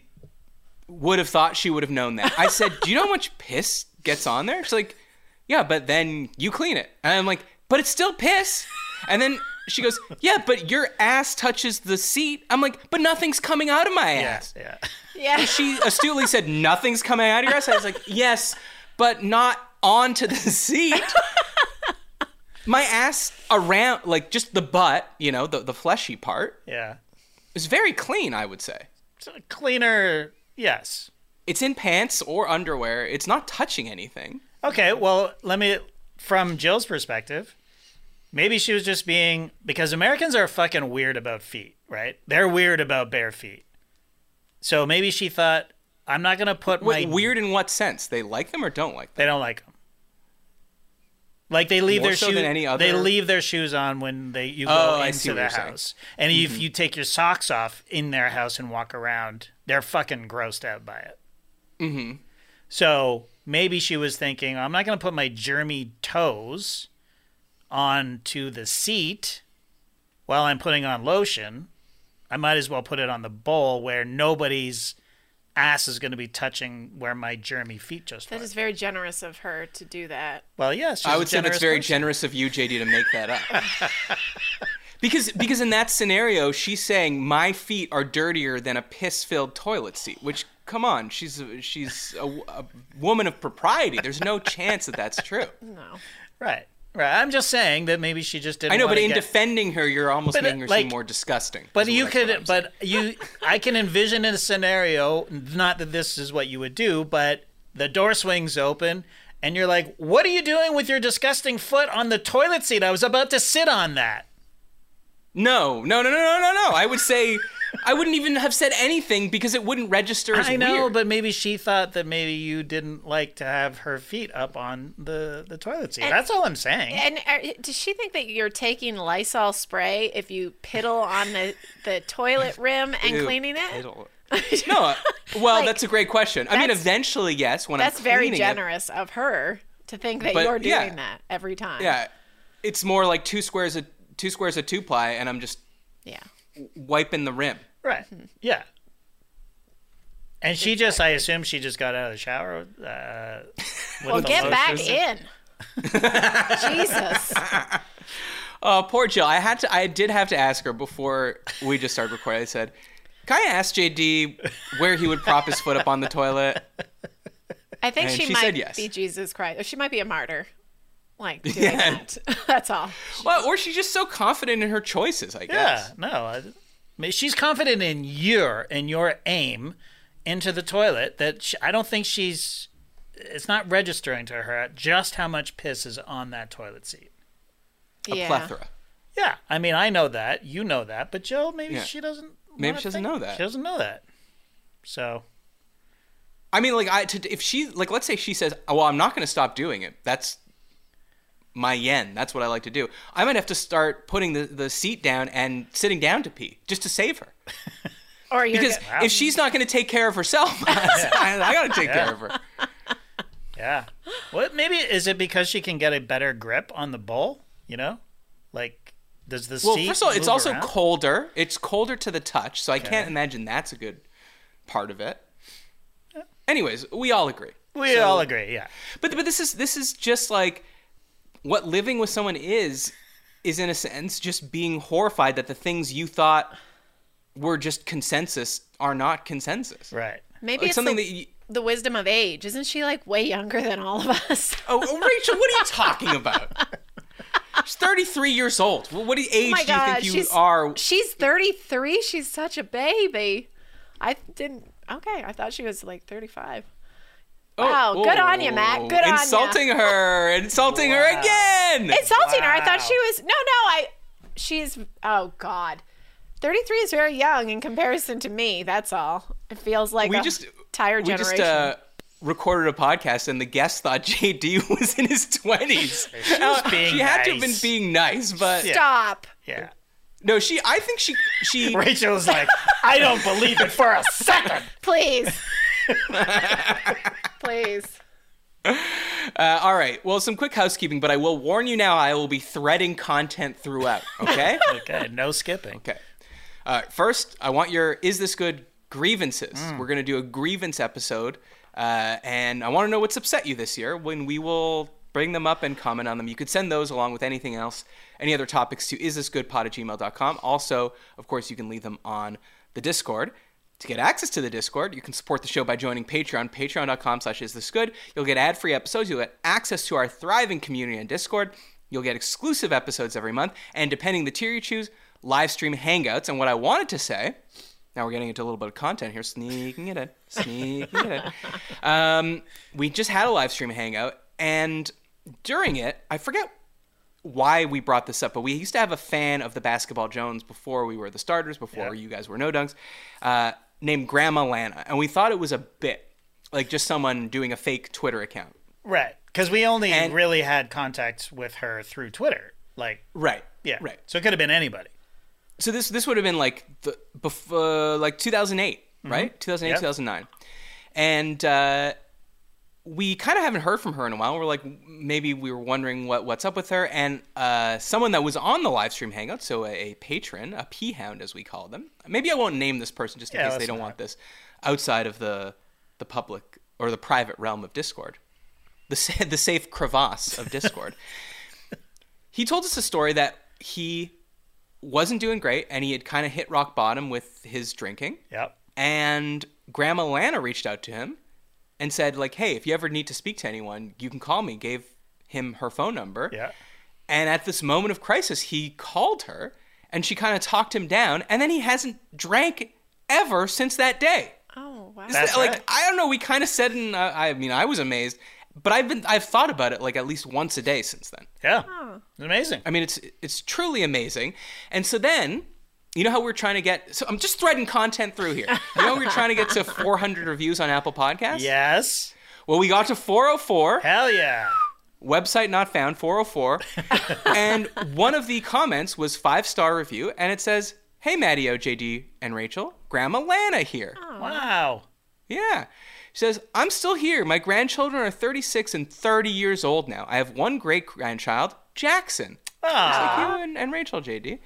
[SPEAKER 1] would have thought she would have known that. I said, "Do you know how much piss gets on there?" She's like, "Yeah, but then you clean it," and I'm like, "But it's still piss." And then she goes, "Yeah, but your ass touches the seat." I'm like, "But nothing's coming out of my
[SPEAKER 2] Yeah.
[SPEAKER 1] ass."
[SPEAKER 2] Yeah.
[SPEAKER 3] Yeah.
[SPEAKER 1] she astutely said nothing's coming out of your ass. I was like, yes, but not onto the seat. My ass around, like just the butt, you know, the, the fleshy part,
[SPEAKER 2] Yeah.
[SPEAKER 1] is very clean, I would say.
[SPEAKER 2] So cleaner. Yes.
[SPEAKER 1] It's in pants or underwear. It's not touching anything.
[SPEAKER 2] Okay, well, let me from Jill's perspective, maybe she was just being because Americans are fucking weird about feet, right? They're weird about bare feet. So maybe she thought I'm not going to put my
[SPEAKER 1] Wait, weird in what sense? They like them or don't like them?
[SPEAKER 2] they don't like them. Like they leave
[SPEAKER 1] More
[SPEAKER 2] their
[SPEAKER 1] so
[SPEAKER 2] shoes.
[SPEAKER 1] than any other-
[SPEAKER 2] They leave their shoes on when they you
[SPEAKER 1] Oh,
[SPEAKER 2] go
[SPEAKER 1] I see
[SPEAKER 2] into
[SPEAKER 1] what
[SPEAKER 2] their
[SPEAKER 1] you're saying. Mm-hmm.
[SPEAKER 2] house, and if you take your socks off in their house and walk around, they're fucking grossed out by it. Mm-hmm. So maybe she was thinking, I'm not going to put my germy toes onto the seat while I'm putting on lotion. I might as well put it on the bowl where nobody's ass is going to be touching where my germy feet just.
[SPEAKER 3] that
[SPEAKER 2] were.
[SPEAKER 3] is very generous of her to do that.
[SPEAKER 2] Well, yes,
[SPEAKER 1] I would say that's very
[SPEAKER 2] generous.
[SPEAKER 1] generous
[SPEAKER 2] person.
[SPEAKER 1] of you, JD, to make that up. because because in that scenario, she's saying my feet are dirtier than a piss-filled toilet seat. Which, come on, she's a, she's a, a woman of propriety. There's no chance that that's true.
[SPEAKER 3] No.
[SPEAKER 2] Right, right. I'm just saying that maybe she just didn't.
[SPEAKER 1] I know,
[SPEAKER 2] wanna
[SPEAKER 1] but in
[SPEAKER 2] get,
[SPEAKER 1] defending her, you're almost
[SPEAKER 2] But, uh,
[SPEAKER 1] making her
[SPEAKER 2] like-
[SPEAKER 1] seem more disgusting.
[SPEAKER 2] But
[SPEAKER 1] is
[SPEAKER 2] you
[SPEAKER 1] what I-
[SPEAKER 2] could, but you, I can envision in a scenario. Not that this is what you would do, but the door swings open, and you're like, "What are you doing with your disgusting foot on the toilet seat? I was about to sit on that."
[SPEAKER 1] no, no, no, no, no, no, no. I would say. I wouldn't even have said anything because it wouldn't register as
[SPEAKER 2] I know,
[SPEAKER 1] weird.
[SPEAKER 2] but maybe she thought that maybe you didn't like to have her feet up on the the toilet seat. That's all I'm saying.
[SPEAKER 3] And are, does she think that you're taking Lysol spray if you piddle on the, the toilet rim and
[SPEAKER 1] Ew,
[SPEAKER 3] cleaning it?
[SPEAKER 1] piddle. no, uh, well, that's a great question. I mean,
[SPEAKER 3] that's-
[SPEAKER 1] eventually, yes. When
[SPEAKER 3] That's
[SPEAKER 1] I'm
[SPEAKER 3] very
[SPEAKER 1] cleaning it,
[SPEAKER 3] generous of her to think that
[SPEAKER 1] But,
[SPEAKER 3] you're doing
[SPEAKER 1] yeah.
[SPEAKER 3] that every time.
[SPEAKER 1] Yeah, it's more like two squares a two squares a two ply, and I'm just
[SPEAKER 3] Yeah. Hmm.
[SPEAKER 1] wiping the rim.
[SPEAKER 2] Right? Yeah. And she just, I assume she just got out of the shower. Uh, with
[SPEAKER 3] Well,
[SPEAKER 2] the
[SPEAKER 3] get back
[SPEAKER 2] lotion.
[SPEAKER 3] in. Jesus.
[SPEAKER 1] Oh, poor Jill. I had to. I did have to ask her before we just started recording. I said, "Can I ask JD where he would prop his foot up on the toilet?"
[SPEAKER 3] I think
[SPEAKER 1] And
[SPEAKER 3] she,
[SPEAKER 1] she
[SPEAKER 3] might
[SPEAKER 1] said yes.
[SPEAKER 3] be Jesus Christ. Or she might be a martyr. Like doing
[SPEAKER 1] Yeah.
[SPEAKER 3] that. That's all.
[SPEAKER 1] Well, or she's just so confident in her choices. I
[SPEAKER 2] Yeah,
[SPEAKER 1] guess.
[SPEAKER 2] no. I, I mean, she's confident in your in your aim into the toilet that she, I don't think she's. It's not registering to her just how much piss is on that toilet seat.
[SPEAKER 1] a
[SPEAKER 3] yeah.
[SPEAKER 1] plethora.
[SPEAKER 2] Yeah, I mean, I know that, you know that, but Jill, maybe
[SPEAKER 1] Yeah.
[SPEAKER 2] she doesn't.
[SPEAKER 1] Maybe
[SPEAKER 2] wanna
[SPEAKER 1] she doesn't
[SPEAKER 2] think-
[SPEAKER 1] know that.
[SPEAKER 2] She doesn't know that. So
[SPEAKER 1] I mean, like, I to, if she like, let's say she says, "Oh, "Well, I'm not going to stop doing it. That's my yen. That's what I like to do." I might have to start putting the, the seat down and sitting down to pee just to save her.
[SPEAKER 3] Or you're
[SPEAKER 1] Because
[SPEAKER 3] go-
[SPEAKER 1] if she's not going to take care of herself, I, I got to take care of her.
[SPEAKER 2] yeah, what maybe is it because she can get a better grip on the bowl? You know, like does the
[SPEAKER 1] Well,
[SPEAKER 2] seat?
[SPEAKER 1] first of all, it's
[SPEAKER 2] move
[SPEAKER 1] also
[SPEAKER 2] around?
[SPEAKER 1] colder. It's colder to the touch, so I can't imagine that's a good part of it. Anyways, we all agree.
[SPEAKER 2] We all agree. Yeah,
[SPEAKER 1] But but this is this is just like what living with someone is is in a sense just being horrified that the things you thought were just consensus are not consensus.
[SPEAKER 2] right.
[SPEAKER 3] maybe
[SPEAKER 1] Like
[SPEAKER 3] it's
[SPEAKER 1] something
[SPEAKER 3] the,
[SPEAKER 1] that you,
[SPEAKER 3] the wisdom of age. Isn't she like way younger than all of us?
[SPEAKER 1] oh, oh, Rachel, what are you talking about? She's 33 years old. Well, what age
[SPEAKER 3] Oh
[SPEAKER 1] do
[SPEAKER 3] my
[SPEAKER 1] you
[SPEAKER 3] god,
[SPEAKER 1] think you
[SPEAKER 3] she's
[SPEAKER 1] are?
[SPEAKER 3] she's 33. She's such a baby. I didn't. Okay, I thought she was like 35. wow, good on you, Matt.
[SPEAKER 1] oh,
[SPEAKER 3] Good on ya.
[SPEAKER 1] Insulting her, insulting her
[SPEAKER 2] Wow.
[SPEAKER 1] again.
[SPEAKER 3] Insulting her. I thought
[SPEAKER 2] Wow.
[SPEAKER 3] she was. No, no. I. She's. Oh God. 33 is very young in comparison to me. That's all. It feels like
[SPEAKER 1] we
[SPEAKER 3] a
[SPEAKER 1] just
[SPEAKER 3] tired
[SPEAKER 1] we
[SPEAKER 3] generation.
[SPEAKER 1] just uh, recorded a podcast and the guest thought JD was in his 20s.
[SPEAKER 2] She was being
[SPEAKER 1] she had to have been
[SPEAKER 2] nice.
[SPEAKER 1] being nice, but
[SPEAKER 3] Stop.
[SPEAKER 2] Yeah.
[SPEAKER 1] no, she. I think she she
[SPEAKER 2] Rachel's like, I don't believe it for a second.
[SPEAKER 3] Please. Please.
[SPEAKER 1] Uh, all right. Well, some quick housekeeping, but I will warn you now. I will be threading content throughout. Okay.
[SPEAKER 2] Okay, no skipping.
[SPEAKER 1] okay. Uh, first, I want your is this good grievances. We're gonna do a grievance episode, uh, and I want to know what's upset you this year. When we will bring them up and comment on them. You could send those along with anything else, any other topics to isthisgoodpod at gmail.com. Also, of course, you can leave them on the Discord. To get access to the Discord, you can support the show by joining Patreon, patreon.com slash is this good. You'll get ad-free episodes, you'll get access to our thriving community on Discord, you'll get exclusive episodes every month, and depending the tier you choose, live stream hangouts. And what I wanted to say, now we're getting into a little bit of content here, sneaking it in, sneaking it in um, we just had a live stream hangout, and during it, I forget why we brought this up, but we used to have a fan of the Basketball Jones before we were the starters, before
[SPEAKER 2] Yeah.
[SPEAKER 1] you guys were no dunks, uh, named Grandma Lana, and we thought it was a bit, like just someone doing a fake Twitter account.
[SPEAKER 2] Right. Because we only
[SPEAKER 1] And-
[SPEAKER 2] really had contacts with her through Twitter. Like,
[SPEAKER 1] Right.
[SPEAKER 2] yeah.
[SPEAKER 1] Right.
[SPEAKER 2] So it could have been anybody.
[SPEAKER 1] so this this would have been like the before like 2008
[SPEAKER 2] Mm-hmm.
[SPEAKER 1] right 2008
[SPEAKER 2] Yep.
[SPEAKER 1] 2009 and uh, we kind of haven't heard from her in a while we're like maybe we were wondering what what's up with her and uh, someone that was on the live stream hangout so a, a patron a p hound as we call them maybe i won't name this person just in
[SPEAKER 2] Yeah,
[SPEAKER 1] case they
[SPEAKER 2] let's
[SPEAKER 1] don't
[SPEAKER 2] not.
[SPEAKER 1] want this outside of the the public or the private realm of discord the sa- the safe crevasse of discord he told us a story that he wasn't doing great and he had kind of hit rock bottom with his drinking.
[SPEAKER 2] Yep.
[SPEAKER 1] And Grandma Lana reached out to him and said, like, hey, if you ever need to speak to anyone, you can call me. Gave him her phone number.
[SPEAKER 2] Yeah.
[SPEAKER 1] And at this moment of crisis, he called her and she kind of talked him down. And then he hasn't drank ever since that day.
[SPEAKER 3] Oh wow.
[SPEAKER 2] That's
[SPEAKER 1] like,
[SPEAKER 2] right.
[SPEAKER 1] I don't know. We kind of said, and uh, I mean, I was amazed, but I've been, I've thought about it like at least once a day since then.
[SPEAKER 2] Yeah. It's amazing.
[SPEAKER 1] I mean, it's it's truly amazing. And so then, you know how we're trying to get? So I'm just threading content through here. You know, how we're trying to get to 400 reviews on Apple Podcasts.
[SPEAKER 2] Yes.
[SPEAKER 1] Well, we got to 404.
[SPEAKER 2] Hell yeah.
[SPEAKER 1] Website not found. 404. and one of the comments was five star review, and it says, "Hey, Maddie, O, JD, and Rachel, Grandma Lana here."
[SPEAKER 2] Wow.
[SPEAKER 1] Yeah. She says, I'm still here. My grandchildren are 36 and 30 years old now. I have one great grandchild, Jackson.
[SPEAKER 2] Ah.
[SPEAKER 1] Just like you and, and Rachel, JD.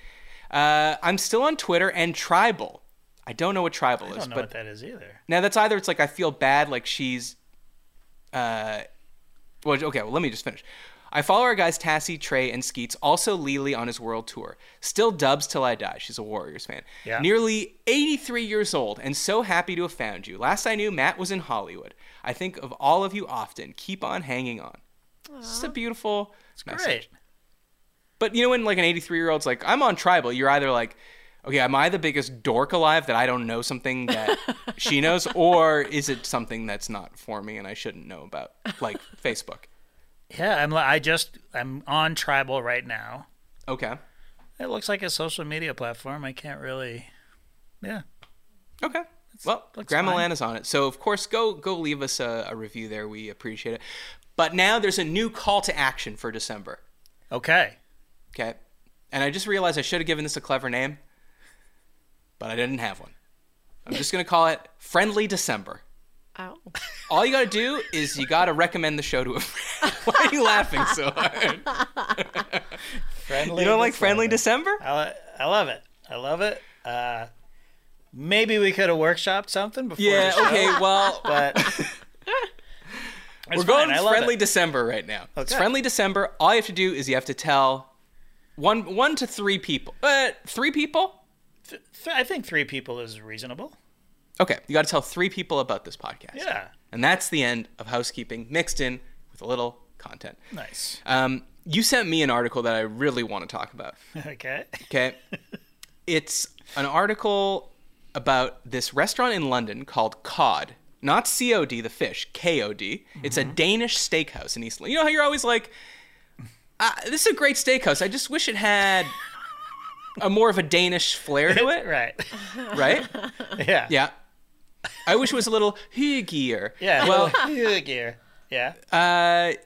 [SPEAKER 1] Uh, I'm still on Twitter and Tribal. I I don't know what tribal
[SPEAKER 2] I
[SPEAKER 1] is,
[SPEAKER 2] don't know
[SPEAKER 1] but
[SPEAKER 2] what that is either.
[SPEAKER 1] now that's either it's like I feel bad, like she's, uh, well, okay. Well, let me just finish. I follow our guys Tassie, Trey, and Skeets, also Lily on his world tour. Still dubs till I die. She's a Warriors fan.
[SPEAKER 2] Yeah.
[SPEAKER 1] Nearly 83 years old and so happy to have found you. Last I knew, Matt was in Hollywood. I think of all of you often. Keep on hanging on. This is a beautiful message.
[SPEAKER 2] Great.
[SPEAKER 1] But you know when like an 83 year old's like, I'm on tribal. You're either like, okay, am I the biggest dork alive that I don't know something that she knows, or is it something that's not for me and I shouldn't know about, like Facebook?
[SPEAKER 2] Yeah, I'm. li- I just I'm on Tribal right now.
[SPEAKER 1] Okay,
[SPEAKER 2] It looks like a social media platform. I can't really. Yeah.
[SPEAKER 1] okay. Well,
[SPEAKER 2] looks
[SPEAKER 1] Grandma
[SPEAKER 2] fine.
[SPEAKER 1] Lana's on it, so of course go go leave us a, a review there. We appreciate it. But now there's a new call to action for December.
[SPEAKER 2] Okay.
[SPEAKER 1] Okay, and I just realized I should have given this a clever name, but I didn't have one. I'm just gonna call it Friendly December.
[SPEAKER 3] Oh.
[SPEAKER 1] All you gotta do is you gotta recommend the show to a friend. Why are you laughing so hard?
[SPEAKER 2] Friendly
[SPEAKER 1] You don't like
[SPEAKER 2] December.
[SPEAKER 1] Friendly December?
[SPEAKER 2] I, li- I love it. I love it. Uh, maybe we could have workshopped something before.
[SPEAKER 1] Yeah,
[SPEAKER 2] the show,
[SPEAKER 1] okay, well,
[SPEAKER 2] But
[SPEAKER 1] we're going
[SPEAKER 2] fine. I love
[SPEAKER 1] Friendly
[SPEAKER 2] it.
[SPEAKER 1] December right now. It's
[SPEAKER 2] Okay.
[SPEAKER 1] Friendly December. All you have to do is you have to tell one one to three people. Uh, three people?
[SPEAKER 2] Th- I think three people is reasonable.
[SPEAKER 1] Okay, you gotta tell three people about this podcast.
[SPEAKER 2] Yeah.
[SPEAKER 1] And that's the end of housekeeping mixed in with a little content.
[SPEAKER 2] Nice.
[SPEAKER 1] Um, you sent me an article that I really want to talk about.
[SPEAKER 2] Okay.
[SPEAKER 1] Okay. it's an article about this restaurant in London called Cod. Not COD, the fish, KOD. It's a Danish steakhouse in East London. You know how you're always like, uh, this is a great steakhouse. I just wish it had a more of a Danish flair to it,
[SPEAKER 2] right.
[SPEAKER 1] right?
[SPEAKER 2] Yeah.
[SPEAKER 1] uh, Yeah. I wish it was a little hyggier.
[SPEAKER 2] Yeah.
[SPEAKER 1] Well,
[SPEAKER 2] Well, gear. Yeah.
[SPEAKER 1] uh,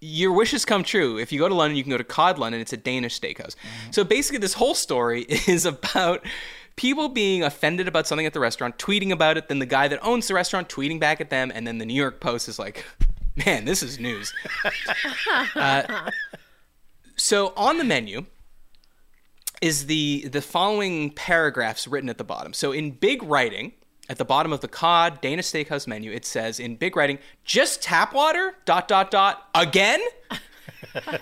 [SPEAKER 1] your wishes come true. If you go to London, you can go to Cod London. It's a Danish steakhouse. So basically, this whole story is about people being offended about something at the restaurant, tweeting about it, then the guy that owns the restaurant tweeting back at them, and then the New York Post is like, man, this is news. Uh, so on the menu, is the the following paragraphs written at the bottom. So in big writing at the bottom of the cod Danish steakhouse menu, it says in big writing, just tap water dot dot dot again.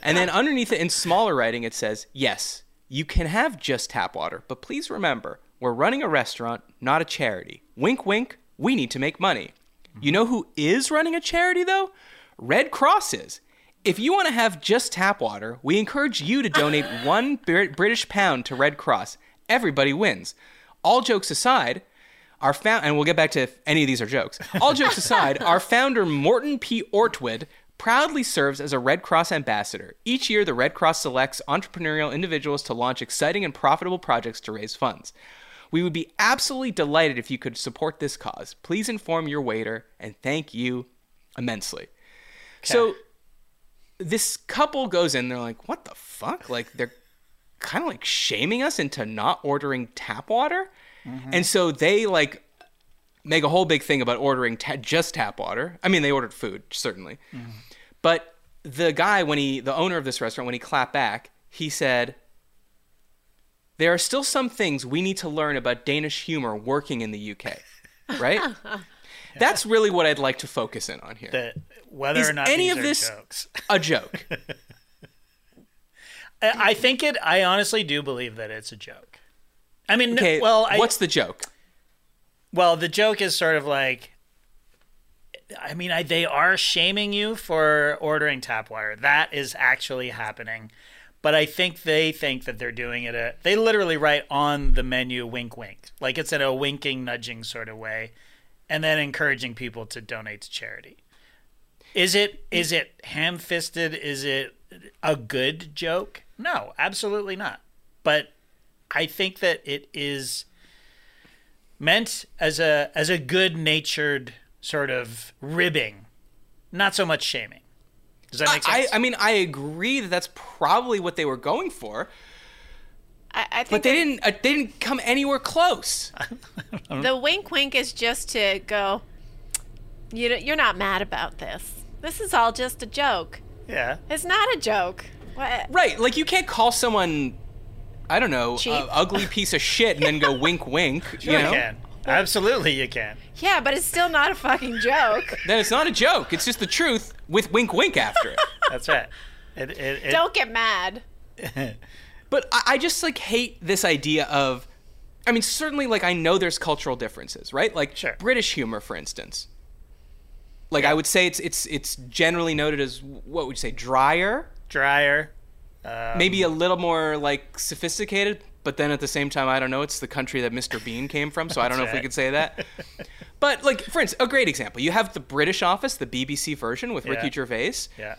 [SPEAKER 1] and then underneath it in smaller writing, it says, yes, you can have just tap water, but please remember we're running a restaurant, not a charity. Wink, wink. We need to make money. You know who is running a charity though? Red Cross is. If you want to have just tap water, we encourage you to donate one Brit- British pound to Red Cross. Everybody wins. All jokes aside, our found and we'll get back to if any of these are jokes. All jokes aside, our founder Morton P. Ortwood proudly serves as a Red Cross ambassador. Each year, the Red Cross selects entrepreneurial individuals to launch exciting and profitable projects to raise funds. We would be absolutely delighted if you could support this cause. Please inform your waiter and thank you immensely. So this couple goes in, they're like, what the fuck? Like they're kind of like shaming us into not ordering tap water. And so they like make a whole big thing about ordering ta- just tap water. I mean, they ordered food, certainly. But the guy, when he, the owner of this restaurant, when he clapped back, he said, There are still some things we need to learn about Danish humor working in the UK, right? That's really what I'd like to focus in on here.
[SPEAKER 2] That whether
[SPEAKER 1] Is
[SPEAKER 2] or not
[SPEAKER 1] any
[SPEAKER 2] these
[SPEAKER 1] of
[SPEAKER 2] are
[SPEAKER 1] this-
[SPEAKER 2] jokes.
[SPEAKER 1] a joke.
[SPEAKER 2] I I think it. I honestly do believe that it's a joke. I mean, no-
[SPEAKER 1] Okay,
[SPEAKER 2] well, I,
[SPEAKER 1] what's the joke?
[SPEAKER 2] well, the joke is sort of like. I mean, I, they are shaming you for ordering tap water. That is actually happening, but I think they think that they're doing it. A, they literally write on the menu "wink, wink," like it's in a winking, nudging sort of way, and then encouraging people to donate to charity. Is it is it ham fisted? Is it a good joke? No, absolutely not. But I think that it is meant as a as a good natured sort of ribbing, not so much shaming. Does that make
[SPEAKER 1] I,
[SPEAKER 2] sense?
[SPEAKER 1] I mean, I agree that that's probably what they were going for,
[SPEAKER 3] I, I think
[SPEAKER 1] but they didn't. Uh, they didn't come anywhere close.
[SPEAKER 3] the wink wink is just to go, you, you're not mad about this. This is all just a joke.
[SPEAKER 2] yeah.
[SPEAKER 3] It's not a joke. What?
[SPEAKER 1] Right? Like you can't call someone I don't know,
[SPEAKER 3] Cheap.
[SPEAKER 1] a ugly piece of shit and then go wink wink, you
[SPEAKER 2] You
[SPEAKER 1] know?
[SPEAKER 2] can. Absolutely, you can.
[SPEAKER 3] Yeah, but it's still not a fucking joke.
[SPEAKER 1] Then it's not a joke. It's just the truth with wink wink after it.
[SPEAKER 2] That's right. It, it, it,
[SPEAKER 3] Don't get mad.
[SPEAKER 1] But I, I just like hate this idea of. I mean, certainly, like I know there's cultural differences, right? Like
[SPEAKER 2] Sure.
[SPEAKER 1] British humor, for instance. Like I would say, it's it's it's generally noted as what would you say, drier,
[SPEAKER 2] dryer. uh,
[SPEAKER 1] maybe a little more like sophisticated. But then at the same time, I don't know. It's the country that Mr. Bean came from, so I don't know if we
[SPEAKER 2] right.
[SPEAKER 1] could say that. but like, for instance, a great example: you have the British Office, the BBC version with Ricky
[SPEAKER 2] Yeah.
[SPEAKER 1] Gervais,
[SPEAKER 2] Yeah.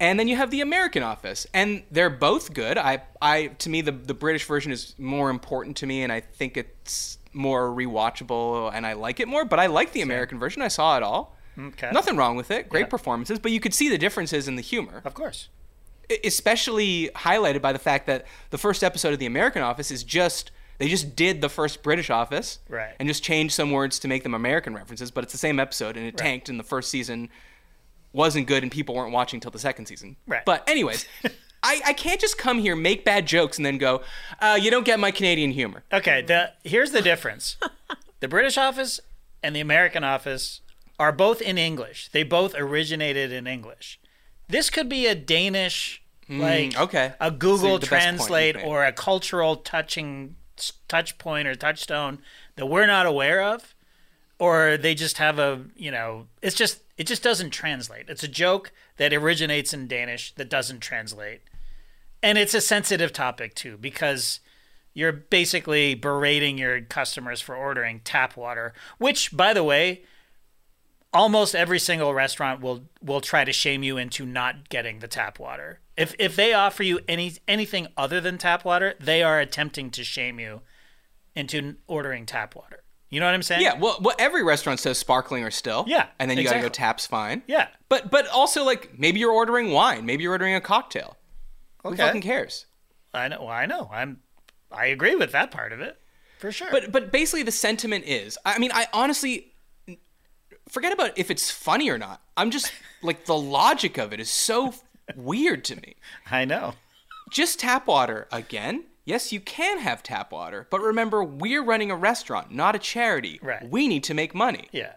[SPEAKER 1] and then you have the American Office, and they're both good. I, I, to me, the the British version is more important to me, and I think it's more rewatchable, and I like it more. But I like the American version. I saw it all.
[SPEAKER 2] Okay.
[SPEAKER 1] Nothing wrong with it. Great
[SPEAKER 2] Yeah.
[SPEAKER 1] performances, but you could see the differences in the humor,
[SPEAKER 2] Of course.
[SPEAKER 1] E- especially highlighted by the fact that the first episode of the American Office is just they just did the first British Office,
[SPEAKER 2] Right.
[SPEAKER 1] and just changed some words to make them American references. But it's the same episode, and it tanked, and the first season wasn't good, and people weren't watching till the second season.
[SPEAKER 2] Right.
[SPEAKER 1] But anyways. I, I can't just come here, make bad jokes, and then go, uh, you don't get my Canadian humor.
[SPEAKER 2] Okay. The here's the difference. the British office and the American office are both in English. They both originated in English. This could be a Danish, like
[SPEAKER 1] Hmm, okay.
[SPEAKER 2] a
[SPEAKER 1] So
[SPEAKER 2] Google
[SPEAKER 1] the best point you
[SPEAKER 2] Translate
[SPEAKER 1] made.
[SPEAKER 2] or a cultural touching touch point or touchstone that we're not aware of, or they just have a you know it's just it just doesn't translate. It's a joke that originates in Danish that doesn't translate, and it's a sensitive topic too because you're basically berating your customers for ordering tap water, which, by the way, almost every single restaurant will will try to shame you into not getting the tap water. If if they offer you any anything other than tap water, they are attempting to shame you into ordering tap water. You know what I'm saying?
[SPEAKER 1] Yeah, well, well, every restaurant says sparkling or still.
[SPEAKER 2] Yeah,
[SPEAKER 1] and then you gotta go
[SPEAKER 2] exactly.
[SPEAKER 1] taps fine.
[SPEAKER 2] Yeah.
[SPEAKER 1] but but also like maybe you're ordering wine, maybe you're ordering a cocktail. Who
[SPEAKER 2] Okay.
[SPEAKER 1] fucking cares?
[SPEAKER 2] I know. Well, I know. I'm. I agree with that part of it for sure.
[SPEAKER 1] But but basically the sentiment is, I mean, I honestly forget about if it's funny or not. I'm just like the logic of it is so weird to me.
[SPEAKER 2] I know.
[SPEAKER 1] Just tap water again. Yes, you can have tap water, but remember, we're running a restaurant, not a charity.
[SPEAKER 2] Right.
[SPEAKER 1] We need to make money.
[SPEAKER 2] Yeah.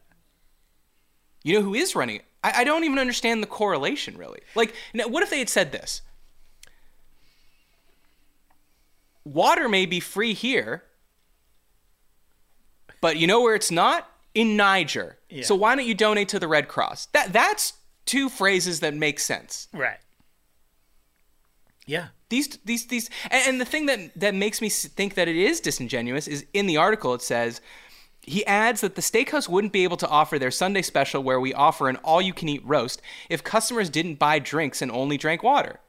[SPEAKER 1] You know who is running? it? I, I don't even understand the correlation, really. Like, now, what if they had said this? Water may be free here, but you know where it's not? In Niger. So why don't you donate to the Red Cross? That that's two phrases that make sense.
[SPEAKER 2] Right. Yeah.
[SPEAKER 1] These these these and, and the thing that that makes me s- think that it is disingenuous is in the article it says he adds that the steakhouse wouldn't be able to offer their Sunday special where we offer an all you can eat roast if customers didn't buy drinks and only drank water.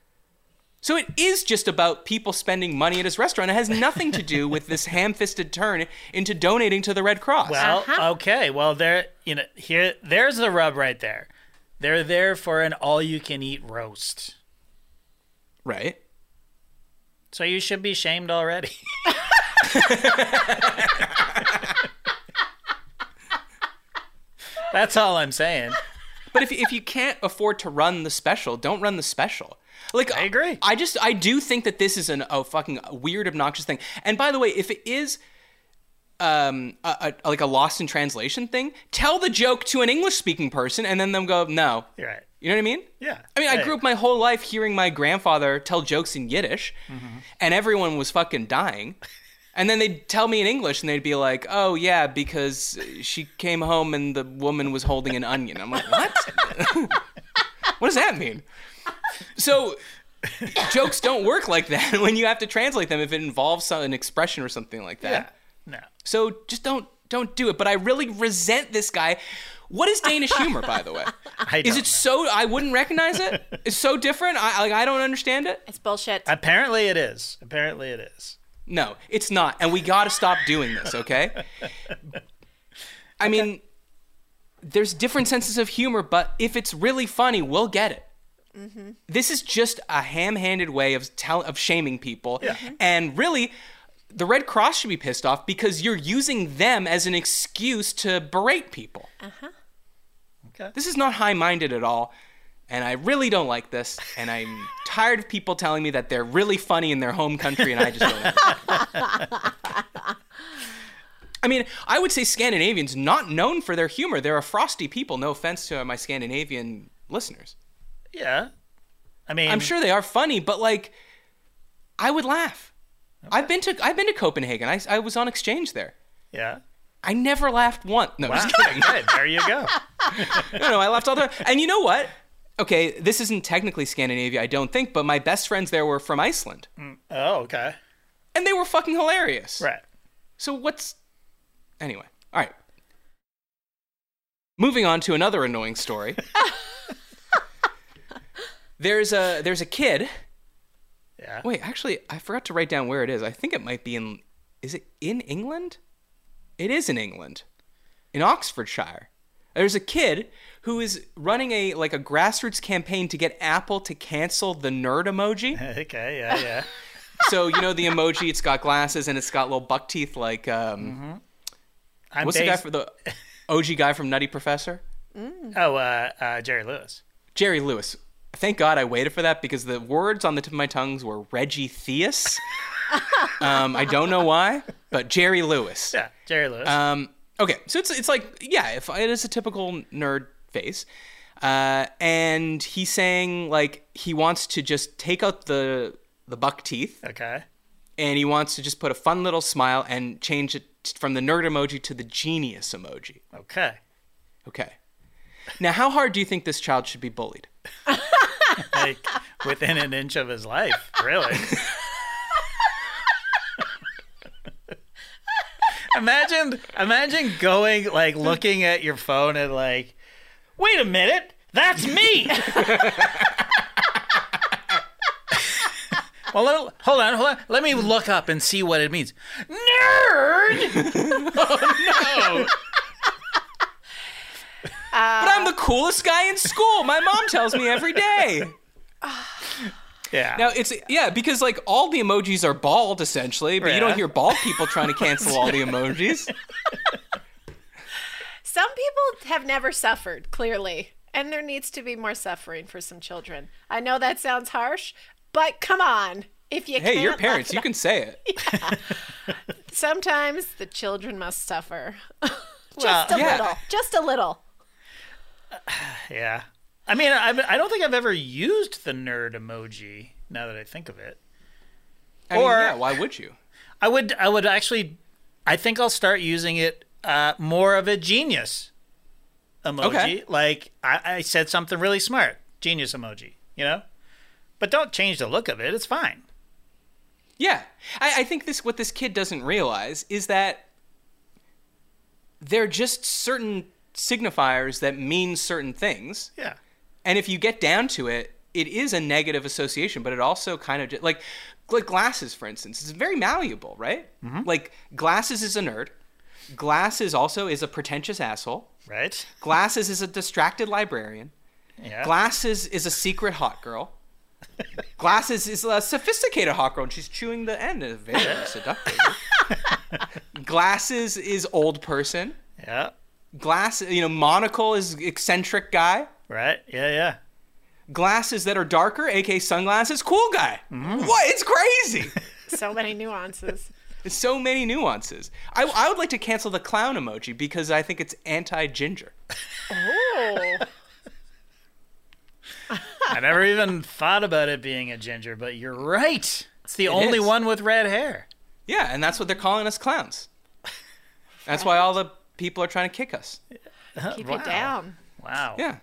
[SPEAKER 1] So it is just about people spending money at his restaurant. It has nothing to do with this ham-fisted turn into donating to the Red Cross.
[SPEAKER 2] Well,
[SPEAKER 1] Uh-huh.
[SPEAKER 2] okay. Well, there, you know, here, there's the rub right there. They're there for an all-you-can-eat roast,
[SPEAKER 1] right.
[SPEAKER 2] so you should be shamed already. That's all I'm saying.
[SPEAKER 1] But if if you can't afford to run the special, don't run the special. Like I
[SPEAKER 2] agree.
[SPEAKER 1] I just I do think that this is an a fucking weird obnoxious thing. And by the way, if it is um a, a, like a lost in translation thing, tell the joke to an English speaking person and then them go no.
[SPEAKER 2] You're right.
[SPEAKER 1] You know what I mean?
[SPEAKER 2] Yeah.
[SPEAKER 1] I mean, I
[SPEAKER 2] Hey.
[SPEAKER 1] grew up my whole life hearing my grandfather tell jokes in Yiddish,
[SPEAKER 2] Mm-hmm.
[SPEAKER 1] and everyone was fucking dying. And then they'd tell me in English, and they'd be like, "Oh yeah, because she came home and the woman was holding an onion." I'm like, "What? what does that mean?" So jokes don't work like that when you have to translate them if it involves some, an expression or something like that.
[SPEAKER 2] Yeah. No.
[SPEAKER 1] So just don't don't do it. But I really resent this guy. What is Danish humor, by the way?
[SPEAKER 2] I
[SPEAKER 1] Is it
[SPEAKER 2] don't know.
[SPEAKER 1] so? I wouldn't recognize it. It's so different. I like. I don't understand it.
[SPEAKER 3] It's bullshit.
[SPEAKER 2] Apparently it is. Apparently it is.
[SPEAKER 1] No, it's not. And we got to stop doing this. Okay. I mean, there's different senses of humor, but if it's really funny, we'll get it. This is just a ham-handed way of tell- of shaming people, and really. The Red Cross should be pissed off because you're using them as an excuse to berate people.
[SPEAKER 2] Okay.
[SPEAKER 1] This is not high minded at all. and I really don't like this, and I'm tired of people telling me that they're really funny in their home country, and I just don't. like it. I mean, I would say Scandinavians not known for their humor. They're a frosty people. No offense to my Scandinavian listeners.
[SPEAKER 2] Yeah. I mean,
[SPEAKER 1] I'm sure they are funny, but like, I would laugh. I've been to I've been to Copenhagen. I, I was on exchange there.
[SPEAKER 2] Yeah.
[SPEAKER 1] I never laughed once. No,
[SPEAKER 2] Wow.
[SPEAKER 1] just kidding.
[SPEAKER 2] Good. There you go.
[SPEAKER 1] no, no, I laughed all the time. And you know what? Okay, this isn't technically Scandinavia, I don't think, but my best friends there were from Iceland,
[SPEAKER 2] Oh, okay.
[SPEAKER 1] and they were fucking hilarious.
[SPEAKER 2] Right.
[SPEAKER 1] So what's anyway? All right. Moving on to another annoying story. there's a there's a kid.
[SPEAKER 2] Yeah.
[SPEAKER 1] Wait, actually, I forgot to write down where it is. I think it might be in. Is it in England? It is in England, in Oxfordshire. There's a kid who is running a like a grassroots campaign to get Apple to cancel the nerd emoji.
[SPEAKER 2] Okay. Yeah. Yeah.
[SPEAKER 1] so you know the emoji. It's got glasses and it's got little buck teeth like um,
[SPEAKER 2] I'm
[SPEAKER 1] What's
[SPEAKER 2] based-
[SPEAKER 1] the guy for the OG guy from Nutty Professor?
[SPEAKER 2] Oh, uh, uh, Jerry Lewis.
[SPEAKER 1] Jerry Lewis. Thank God I waited for that because the words on the tip of my tongues were Reggie Theus. um, I don't know why, but Jerry Lewis.
[SPEAKER 2] Yeah, Jerry Lewis.
[SPEAKER 1] Um, okay, so it's it's like yeah, if it is a typical nerd face, uh, and he's saying like he wants to just take out the the buck teeth
[SPEAKER 2] okay.
[SPEAKER 1] and he wants to just put a fun little smile and change it t- from the nerd emoji to the genius emoji.
[SPEAKER 2] Okay.
[SPEAKER 1] Okay. Now, how hard do you think this child should be bullied?
[SPEAKER 2] Like within an inch of his life, really. imagine, imagine going like looking at your phone and like, wait a minute, that's me. Well, let, hold on, hold on. Let me look up and see what it means. Nerd.
[SPEAKER 1] But I'm the coolest guy in school. My mom tells me every day.
[SPEAKER 2] Yeah.
[SPEAKER 1] Now it's yeah, because like all the emojis are bald essentially, but you
[SPEAKER 2] Yeah.
[SPEAKER 1] don't hear bald people trying to cancel all the emojis.
[SPEAKER 3] Some people have never suffered, clearly, and there needs to be more suffering for some children. I know that sounds harsh, but come on. If you
[SPEAKER 1] Hey,
[SPEAKER 3] can't
[SPEAKER 1] your
[SPEAKER 3] laugh
[SPEAKER 1] parents,
[SPEAKER 3] it
[SPEAKER 1] you
[SPEAKER 3] up-
[SPEAKER 1] can say it.
[SPEAKER 3] Sometimes the children must suffer. just
[SPEAKER 2] Well,
[SPEAKER 3] a
[SPEAKER 1] yeah.
[SPEAKER 3] little. Just a little.
[SPEAKER 2] Yeah. I mean, I've, I don't think I've ever used the nerd emoji now that I think of it.
[SPEAKER 1] I mean,
[SPEAKER 2] Or-
[SPEAKER 1] yeah, why would you?
[SPEAKER 2] I would I would actually I think I'll start using it uh, more of a genius emoji.
[SPEAKER 1] Okay.
[SPEAKER 2] Like I, I said something really smart. Genius emoji, you know? But don't change the look of it. It's fine.
[SPEAKER 1] Yeah, I, I think this what this kid doesn't realize is that there are just certain signifiers that mean certain things.
[SPEAKER 2] Yeah.
[SPEAKER 1] And if you get down to it, it is a negative association, but it also kind of just, like like glasses, for instance, it's very malleable, right? Like glasses is a nerd. Glasses also is a pretentious asshole.
[SPEAKER 2] Right?
[SPEAKER 1] Glasses is a distracted librarian.
[SPEAKER 2] Yeah.
[SPEAKER 1] Glasses is a secret hot girl. Glasses is a sophisticated hot girl, and she's chewing the end. It's very seductive. Glasses is old person.
[SPEAKER 2] yeah.
[SPEAKER 1] Glass, you know, monocle is eccentric guy
[SPEAKER 2] Right? Yeah, yeah.
[SPEAKER 1] glasses that are darker, aka sunglasses, cool guy. What? It's crazy.
[SPEAKER 3] So many nuances.
[SPEAKER 1] There's so many nuances. I, I would like to cancel the clown emoji because I think it's anti ginger.
[SPEAKER 3] Oh.
[SPEAKER 2] I never even thought about it being a ginger, but you're right. It's the only
[SPEAKER 1] is.
[SPEAKER 2] one with red hair.
[SPEAKER 1] Yeah, and that's what they're calling us clowns. That's why all the people are trying to kick us.
[SPEAKER 3] Keep
[SPEAKER 2] Wow.
[SPEAKER 3] it down.
[SPEAKER 2] Wow.
[SPEAKER 1] Yeah.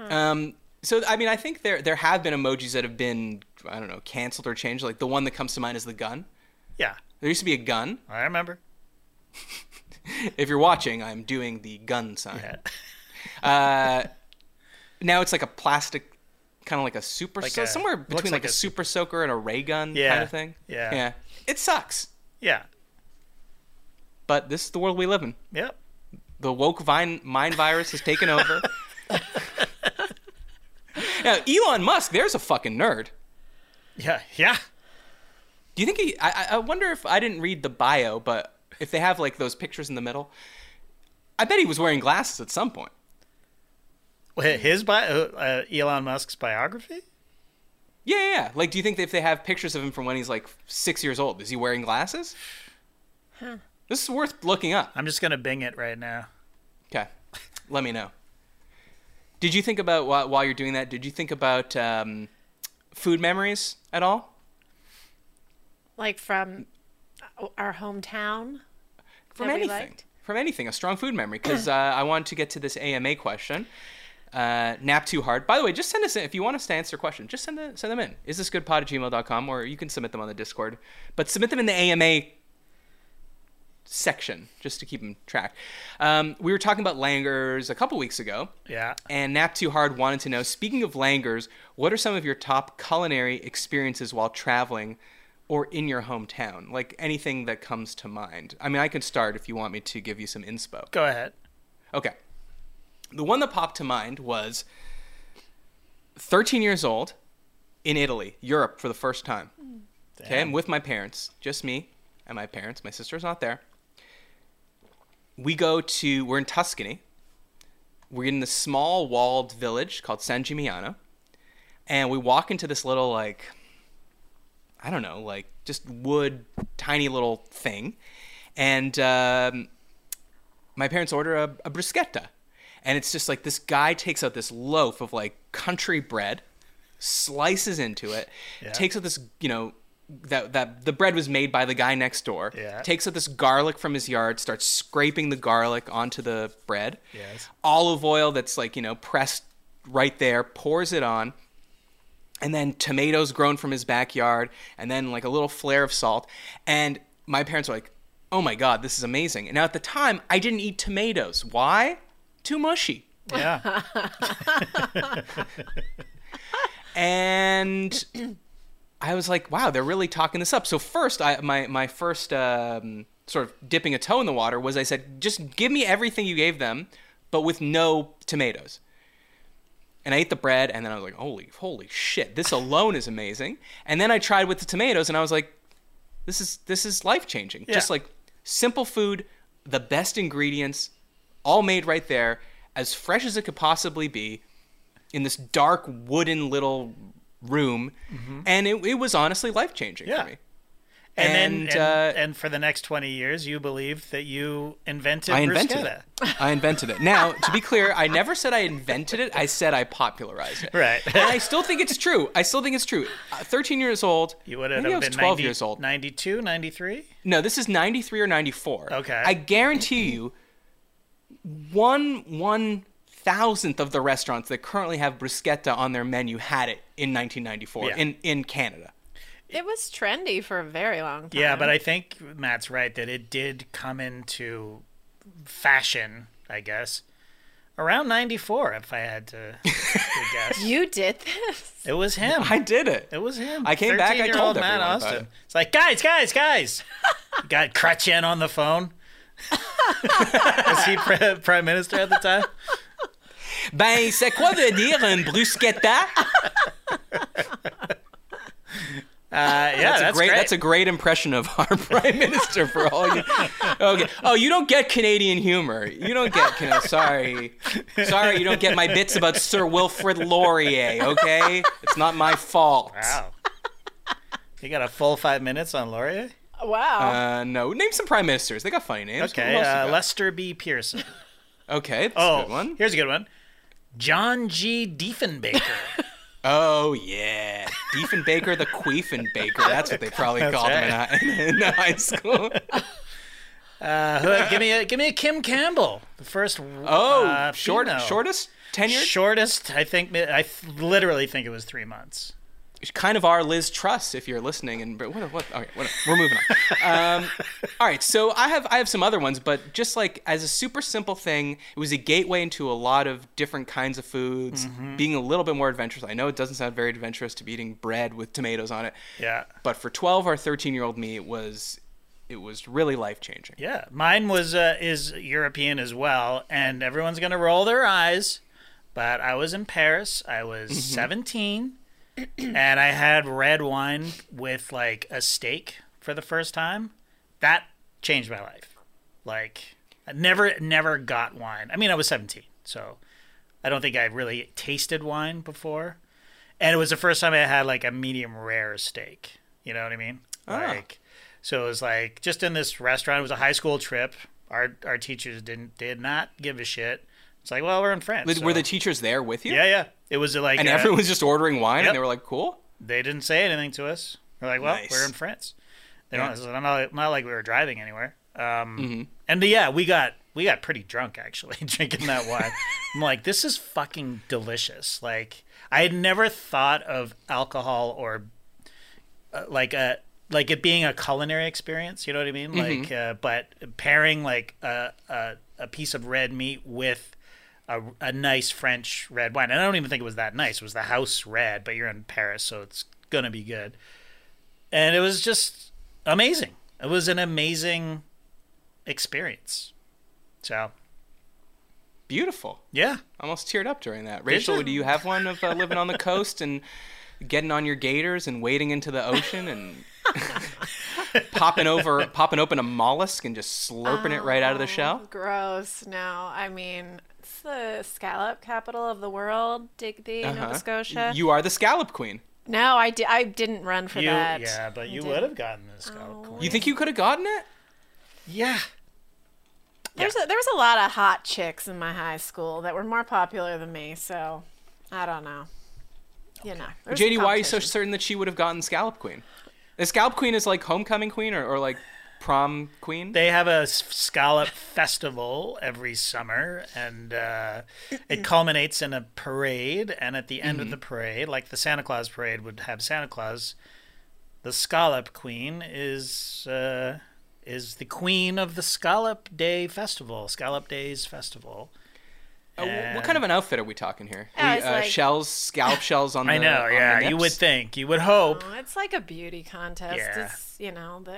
[SPEAKER 1] Um, so I mean, I think there there have been emojis that have been I don't know canceled or changed. Like the one that comes to mind is the gun.
[SPEAKER 2] Yeah.
[SPEAKER 1] There used to be a gun.
[SPEAKER 2] I remember.
[SPEAKER 1] If you're watching, I'm doing the gun sign.
[SPEAKER 2] Yeah.
[SPEAKER 1] now it's like a plastic kind of like a super so-
[SPEAKER 2] a-
[SPEAKER 1] somewhere
[SPEAKER 2] looks
[SPEAKER 1] between like,
[SPEAKER 2] like
[SPEAKER 1] a,
[SPEAKER 2] a-
[SPEAKER 1] super soaker and a ray gun kind
[SPEAKER 2] Yeah,
[SPEAKER 1] of thing
[SPEAKER 2] yeah.
[SPEAKER 1] yeah it sucks
[SPEAKER 2] Yeah.
[SPEAKER 1] but this is the world we live in
[SPEAKER 2] Yep.
[SPEAKER 1] the woke vine mind virus has taken over now elon musk there's a fucking nerd
[SPEAKER 2] Yeah. Yeah.
[SPEAKER 1] do you think he I, I- I wonder if i didn't read the bio but if they have like those pictures in the middle i bet he was wearing glasses at some point
[SPEAKER 2] His bi- uh, uh, Elon Musk's biography?
[SPEAKER 1] Yeah, yeah, yeah. Like, do you think that if they have pictures of him from when he's like six years old, is he wearing glasses? This is worth looking up.
[SPEAKER 2] I'm just gonna Bing it right now.
[SPEAKER 1] Okay, let me know. Did you think about while, while you're doing that? Did you think about um, food memories at all?
[SPEAKER 3] Like from uh, our hometown.
[SPEAKER 1] From
[SPEAKER 3] that we
[SPEAKER 1] anything.
[SPEAKER 3] liked?
[SPEAKER 1] From anything. A strong food memory. Because uh, I wanted to get to this AMA question. Uh, nap too hard. By the way, just send us in. If you want us to answer questions, just send, the, send them in. Is this good pod at gmail.com or you can submit them on the Discord. But submit them in the AMA section just to keep them tracked. Um, we were talking about Langers a couple weeks ago.
[SPEAKER 2] Yeah.
[SPEAKER 1] And Nap Too Hard wanted to know speaking of Langers, what are some of your top culinary experiences while traveling or in your hometown? Like anything that comes to mind. I mean, I can start if you want me to give you some inspo.
[SPEAKER 2] Go ahead.
[SPEAKER 1] Okay. The one that popped to mind was 13 years old in Italy, Europe for the first time. Okay, I'm with my parents, just me and my parents. My sister's not there. We go to, we're in Tuscany. We're in this small walled village called San Gimignano. And we walk into this little, like, I don't know, like just wood, tiny little thing. And um, my parents order a, a bruschetta. And it's just like this guy takes out this loaf of like country bread, slices into it, takes out this, you know, that, that the bread was made by the guy next door.
[SPEAKER 2] Yeah.
[SPEAKER 1] Takes out this garlic from his yard, starts scraping the garlic onto the bread.
[SPEAKER 2] Yes.
[SPEAKER 1] Olive oil that's like, you know, pressed right there, pours it on and then tomatoes grown from his backyard, and then like a little flare of salt. And my parents were like, oh my God, this is amazing. And now at the time, I didn't eat tomatoes. Why? Too mushy.
[SPEAKER 2] Yeah.
[SPEAKER 1] And I was like, wow, they're really talking this up. So first, I my my first um, sort of dipping a toe in the water was I said, just give me everything you gave them, but with no tomatoes. And I ate the bread, and then I was like, holy holy shit, this alone is amazing. And then I tried with the tomatoes, and I was like, this is this is life changing.
[SPEAKER 2] Yeah.
[SPEAKER 1] Just like simple food, the best ingredients, all made right there, as fresh as it could possibly be, in this dark wooden little room, and it, it was honestly life changing
[SPEAKER 2] Mm-hmm. Yeah.
[SPEAKER 1] for me.
[SPEAKER 2] And,
[SPEAKER 1] And,
[SPEAKER 2] then, and,
[SPEAKER 1] uh,
[SPEAKER 2] and for the next 20 years, you believed that you invented
[SPEAKER 1] I invented
[SPEAKER 2] bruschetta.
[SPEAKER 1] it. I invented it. Now, to be clear, I never said I invented it. I said I popularized it.
[SPEAKER 2] Right.
[SPEAKER 1] And I still think it's true. I still think it's true. Uh, 13 years old.
[SPEAKER 2] You would have
[SPEAKER 1] maybe I
[SPEAKER 2] been
[SPEAKER 1] was 12
[SPEAKER 2] 90
[SPEAKER 1] years old.
[SPEAKER 2] 92, 93?
[SPEAKER 1] No, this is 93 or 94.
[SPEAKER 2] Okay.
[SPEAKER 1] I guarantee you, one one thousandth of the restaurants that currently have bruschetta on their menu had it in 1994
[SPEAKER 2] Yeah.
[SPEAKER 1] in, in Canada.
[SPEAKER 3] It was trendy for a very long time.
[SPEAKER 2] Yeah, but I think Matt's right that it did come into fashion, I guess, around 94, if I had to, to guess.
[SPEAKER 3] You did this.
[SPEAKER 2] It was him.
[SPEAKER 1] I did it.
[SPEAKER 2] It was him.
[SPEAKER 1] I came back, I
[SPEAKER 2] 13-year-old
[SPEAKER 1] told
[SPEAKER 2] Matt
[SPEAKER 1] everyone about
[SPEAKER 2] Austin.
[SPEAKER 1] it.
[SPEAKER 2] It's like, guys, guys, guys. You Got Kretchen on the phone. Was he pre- prime minister at the time?
[SPEAKER 1] Ben, c'est quoi veut dire un bruschetta?
[SPEAKER 2] Uh, yeah, that's,
[SPEAKER 1] That's, a great, That's a great impression of our prime minister for all you. Okay. Oh, you don't get Canadian humor. You don't get. Can- sorry, sorry. You don't get my bits about Sir Wilfrid Laurier. Okay, it's not my fault.
[SPEAKER 2] wow. You got a full five minutes on Laurier.
[SPEAKER 3] Wow.
[SPEAKER 1] Uh, no. Name some prime ministers. They got funny names. Who
[SPEAKER 2] Okay,
[SPEAKER 1] else you
[SPEAKER 2] uh,
[SPEAKER 1] got?
[SPEAKER 2] Lester B. Pearson.
[SPEAKER 1] Okay, that's
[SPEAKER 2] Oh,
[SPEAKER 1] a good one.
[SPEAKER 2] here's a good one. John G. Diefenbaker.
[SPEAKER 1] Oh yeah, Diefenbaker the Queefenbaker. That's what they probably called him in, hi- in high school.
[SPEAKER 2] Uh, who- give me a give me a Kim Campbell. The first.
[SPEAKER 1] Oh,
[SPEAKER 2] uh,
[SPEAKER 1] short,
[SPEAKER 2] female.
[SPEAKER 1] shortest tenured.
[SPEAKER 2] Shortest, I think. I th- literally think it was three months.
[SPEAKER 1] kind of our Liz Truss, if you're listening. And but what? What? Okay, what, we're moving on. Um, all right, so I have I have some other ones, but just like as a super simple thing, it was a gateway into a lot of different kinds of foods,
[SPEAKER 2] Mm-hmm.
[SPEAKER 1] being a little bit more adventurous. I know it doesn't sound very adventurous to be eating bread with tomatoes on it,
[SPEAKER 2] Yeah.
[SPEAKER 1] but for 12 or 13 year old me, it was it was really life changing.
[SPEAKER 2] Yeah, mine was uh, is European as well, and everyone's gonna roll their eyes, but I was in Paris. I was seventeen, and I had red wine with like a steak for the first time. That changed my life. Like, I never never got wine. I mean, I was seventeen, so I don't think I really tasted wine before, and it was the first time I had like a medium rare steak. You know what I mean? Like, so it was like just in this restaurant. It was a high school trip. Our our teachers didn't did not give a shit. It's like, well, we're in France.
[SPEAKER 1] Did- Were
[SPEAKER 2] so-
[SPEAKER 1] the teachers there with you?
[SPEAKER 2] yeah, yeah. It was like
[SPEAKER 1] And
[SPEAKER 2] a-
[SPEAKER 1] everyone was just ordering wine,
[SPEAKER 2] Yep.
[SPEAKER 1] and they were like, "Cool."
[SPEAKER 2] they didn't say anything to us. We're like, well,
[SPEAKER 1] Nice.
[SPEAKER 2] we're in France. They don't. It's not, like- not like we were driving anywhere. Um,
[SPEAKER 1] Mm-hmm.
[SPEAKER 2] And yeah, we got we got pretty drunk actually drinking that wine. I'm like, this is fucking delicious. Like, I had never thought of alcohol or uh, like a like it being a culinary experience. You know what I mean? Like, uh, but pairing like a, a a piece of red meat with a, a nice French red wine. And I don't even think it was that nice. It was the house red, but you're in Paris, so it's gonna be good. And it was just amazing. It was an amazing experience. So
[SPEAKER 1] Beautiful.
[SPEAKER 2] yeah,
[SPEAKER 1] Almost teared up during that. Rachel,
[SPEAKER 2] you?
[SPEAKER 1] do you have one of uh, living on the coast and getting on your gators and wading into the ocean and popping over, popping open a mollusk and just slurping it right out
[SPEAKER 3] Oh,
[SPEAKER 1] of the shell?
[SPEAKER 3] Gross. No, I mean it's the scallop capital of the world, Digby,
[SPEAKER 1] Uh-huh.
[SPEAKER 3] Nova Scotia.
[SPEAKER 1] You are the scallop queen.
[SPEAKER 3] no, I, di- I didn't run for
[SPEAKER 2] you
[SPEAKER 3] that.
[SPEAKER 2] yeah, but you
[SPEAKER 3] didn't.
[SPEAKER 2] would have gotten this oh.
[SPEAKER 1] You think you could have gotten it?
[SPEAKER 2] Yeah,
[SPEAKER 3] There's a, there was a lot of hot chicks in my high school that were more popular than me, so I don't know. You know, there was
[SPEAKER 1] JD, why are you so
[SPEAKER 3] competition.
[SPEAKER 1] certain that she would have gotten scallop queen? The scallop queen is like homecoming queen or, or like prom queen?
[SPEAKER 2] they have a s- scallop festival every summer, and uh, it culminates in a parade. And at the end of the parade, like the Santa Claus parade would have Santa Claus, the scallop queen is uh, is the queen of the Scallop Day Festival, Scallop Days Festival.
[SPEAKER 1] Uh, wh- what kind of an outfit are we talking here?
[SPEAKER 3] I
[SPEAKER 1] We,
[SPEAKER 3] was
[SPEAKER 1] uh,
[SPEAKER 3] like-
[SPEAKER 1] shells, scallop shells on the.
[SPEAKER 2] I know,
[SPEAKER 1] on the
[SPEAKER 2] yeah. You
[SPEAKER 1] nips?
[SPEAKER 2] would think, you would hope.
[SPEAKER 3] Oh, It's like a beauty contest.
[SPEAKER 2] Yeah.
[SPEAKER 3] It's, you know, the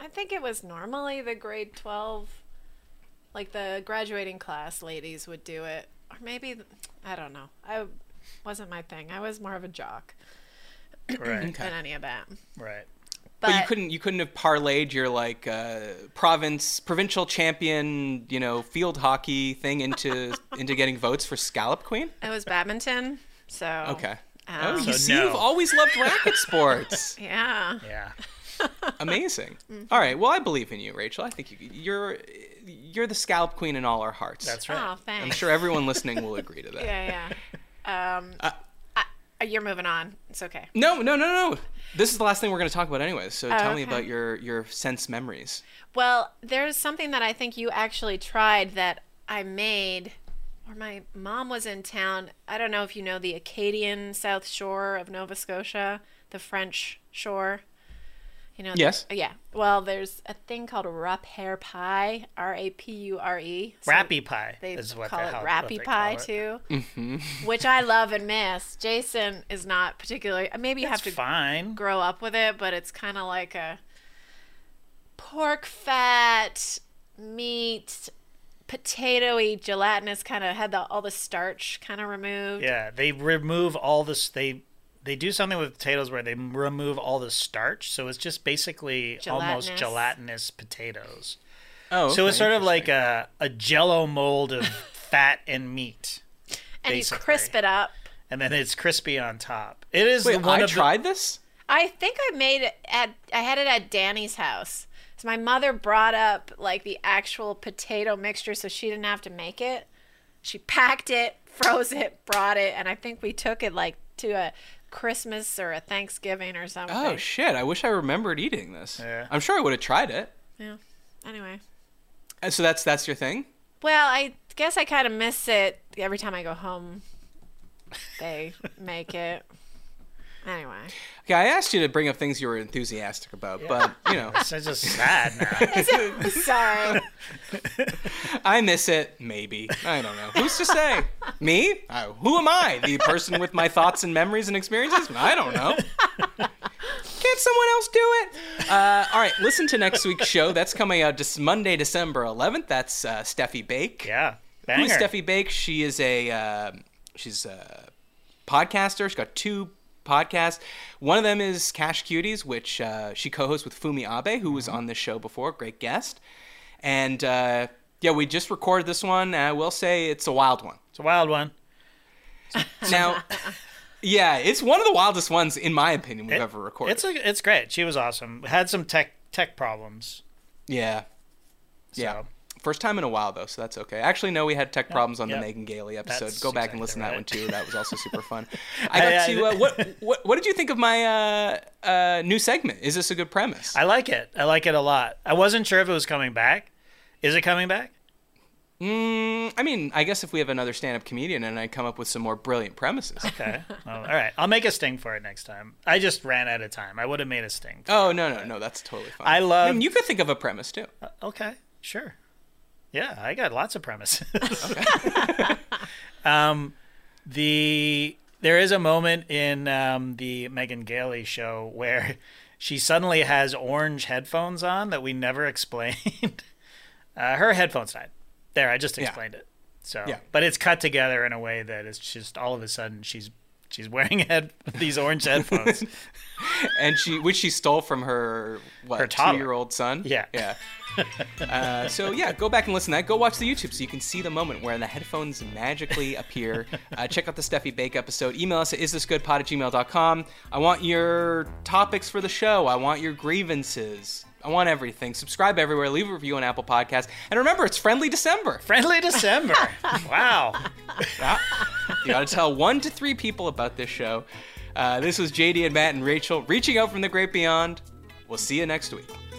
[SPEAKER 3] I think it was normally the grade 12 like the graduating class ladies would do it or maybe I don't know. I wasn't my thing. I was more of a jock
[SPEAKER 2] Right,
[SPEAKER 3] than any of that.
[SPEAKER 2] right.
[SPEAKER 3] But,
[SPEAKER 1] But you couldn't you couldn't have parlayed your like uh, province provincial champion you know field hockey thing into into getting votes for scallop queen.
[SPEAKER 3] it was badminton. So
[SPEAKER 1] Okay.
[SPEAKER 3] Um,
[SPEAKER 1] oh, you
[SPEAKER 2] So
[SPEAKER 1] see,
[SPEAKER 2] no.
[SPEAKER 1] you've always loved racket sports.
[SPEAKER 3] Yeah.
[SPEAKER 2] Yeah.
[SPEAKER 1] Amazing. All right. Well, I believe in you, Rachel. I think you, you're you're the scallop queen in all our hearts.
[SPEAKER 2] That's right.
[SPEAKER 3] Oh, thanks.
[SPEAKER 1] I'm sure Uh, everyone listening will agree to that.
[SPEAKER 3] Yeah, yeah. Um I, you're moving on. It's okay.
[SPEAKER 1] No, no, no, no. This is the last thing we're going to talk about, anyway. So tell me
[SPEAKER 3] okay.
[SPEAKER 1] about your your sense memories.
[SPEAKER 3] Well, there's something that I think you actually tried that I made, or my mom was in town. I don't know if you know the Acadian South Shore of Nova Scotia, the French shore. You know.
[SPEAKER 1] Yes.
[SPEAKER 3] yeah. Well, there's a thing called rapare pie, R A P U R E. So
[SPEAKER 2] Rappy pie
[SPEAKER 3] They
[SPEAKER 2] is what
[SPEAKER 3] call
[SPEAKER 2] the
[SPEAKER 3] it
[SPEAKER 2] hell- what they
[SPEAKER 3] rappy
[SPEAKER 2] call
[SPEAKER 3] pie
[SPEAKER 2] it.
[SPEAKER 3] too, which I love and miss. Jason is not particularly. Maybe you have
[SPEAKER 2] It's
[SPEAKER 3] to
[SPEAKER 2] fine.
[SPEAKER 3] grow up with it, but it's kind of like a pork fat, meat, potatoy, gelatinous kind of had the all the starch kind of removed.
[SPEAKER 2] Yeah, they remove all this. They they do something with potatoes where they m- remove all the starch, so it's just basically almost
[SPEAKER 3] Gelatinous.
[SPEAKER 2] gelatinous potatoes.
[SPEAKER 1] Oh,
[SPEAKER 2] So it's
[SPEAKER 1] okay,
[SPEAKER 2] sort of like
[SPEAKER 1] interesting.
[SPEAKER 2] a a Jello mold of fat and meat,
[SPEAKER 3] and
[SPEAKER 2] basically.
[SPEAKER 3] you crisp it up.
[SPEAKER 2] and then it's crispy on top. It is
[SPEAKER 1] Wait,
[SPEAKER 2] one
[SPEAKER 1] I
[SPEAKER 2] of the-
[SPEAKER 1] tried this.
[SPEAKER 3] I think I made it at I had it at Danny's house. So my mother brought up like the actual potato mixture so she didn't have to make it. She packed it, froze it, brought it, and I think we took it like to a Christmas or a Thanksgiving or something.
[SPEAKER 1] Oh shit! I wish I remembered eating this.
[SPEAKER 2] Yeah.
[SPEAKER 1] I'm sure I would have tried it.
[SPEAKER 3] yeah. Anyway.
[SPEAKER 1] Uh, So that's that's your thing.
[SPEAKER 3] Well, I guess I kind of miss it every time I go home. They make it. Anyway,
[SPEAKER 1] Okay, I asked you to bring up things you were enthusiastic about, but you know,
[SPEAKER 2] It's just sad now.
[SPEAKER 3] sorry.
[SPEAKER 1] I miss it. Maybe I don't know. Who's to say? Me? Uh, who am I? The person with my thoughts and memories and experiences? I don't know. Can't someone else do it? Uh, all right, listen to next week's show. That's coming out just Monday, December 11th. That's uh, Steffi Bake.
[SPEAKER 2] yeah,
[SPEAKER 1] Who's
[SPEAKER 2] banger.
[SPEAKER 1] Steffi Bake? She is a uh, she's a podcaster. She's got two podcasts. One of them is Cash Cuties, which uh, she co-hosts with Fumi Abe, who
[SPEAKER 2] Mm-hmm.
[SPEAKER 1] was on this show before. Great guest. And uh, yeah, we just recorded this one. And I will say it's a wild one.
[SPEAKER 2] It's a wild one.
[SPEAKER 1] Now, yeah, it's one of the wildest ones in my opinion we've
[SPEAKER 2] It-
[SPEAKER 1] ever recorded.
[SPEAKER 2] It's a, it's great. She was awesome. Had some tech tech problems.
[SPEAKER 1] yeah, yeah.
[SPEAKER 2] So.
[SPEAKER 1] First time in a while though, so that's okay. Actually, no, we had tech problems on
[SPEAKER 2] yeah.
[SPEAKER 1] the Megan Gailey episode.
[SPEAKER 2] That's
[SPEAKER 1] Go back and
[SPEAKER 2] exactly
[SPEAKER 1] listen
[SPEAKER 2] right.
[SPEAKER 1] to that one too. That was also super fun. I got
[SPEAKER 2] I-
[SPEAKER 1] to uh, what, what what did you think of my uh, uh, new segment? Is this a good premise?
[SPEAKER 2] I like it. I like it a lot. I wasn't sure if it was coming back. Is it coming back?
[SPEAKER 1] Mm, I mean, I guess if we have another stand-up comedian and I come up with some more brilliant premises.
[SPEAKER 2] Okay. Oh, all right. I'll make a sting for it next time. I just ran out of time. I would have made a sting.
[SPEAKER 1] Oh no no no, that's totally fine.
[SPEAKER 2] I love-
[SPEAKER 1] mean, you could think of a premise too.
[SPEAKER 2] Okay. Sure. Yeah, I got lots of premises. um, the there is a moment in um, the Megan Gailey show where she suddenly has orange headphones on that we never explained. Uh, her headphones died. There, I just explained it. So,
[SPEAKER 1] Yeah.
[SPEAKER 2] but it's cut together in a way that it's just all of a sudden she's she's wearing head these orange headphones.
[SPEAKER 1] and she which she stole from her what
[SPEAKER 2] Her toddler.
[SPEAKER 1] two year old son.
[SPEAKER 2] Yeah.
[SPEAKER 1] yeah. uh, so yeah, go back and listen to that. Go watch the YouTube so you can see the moment where the headphones magically appear. Uh, check out the Steffi Bake episode. Email us at isthisgoodpod at gmail.com. I want your topics for the show. I want your grievances. I want everything. Subscribe everywhere. Leave a review on Apple Podcasts. And remember, it's friendly December.
[SPEAKER 2] Friendly December. wow.
[SPEAKER 1] Ah, you got to tell one to three people about this show. Uh, this was JD and Matt and Rachel reaching out from the great beyond. We'll see you next week.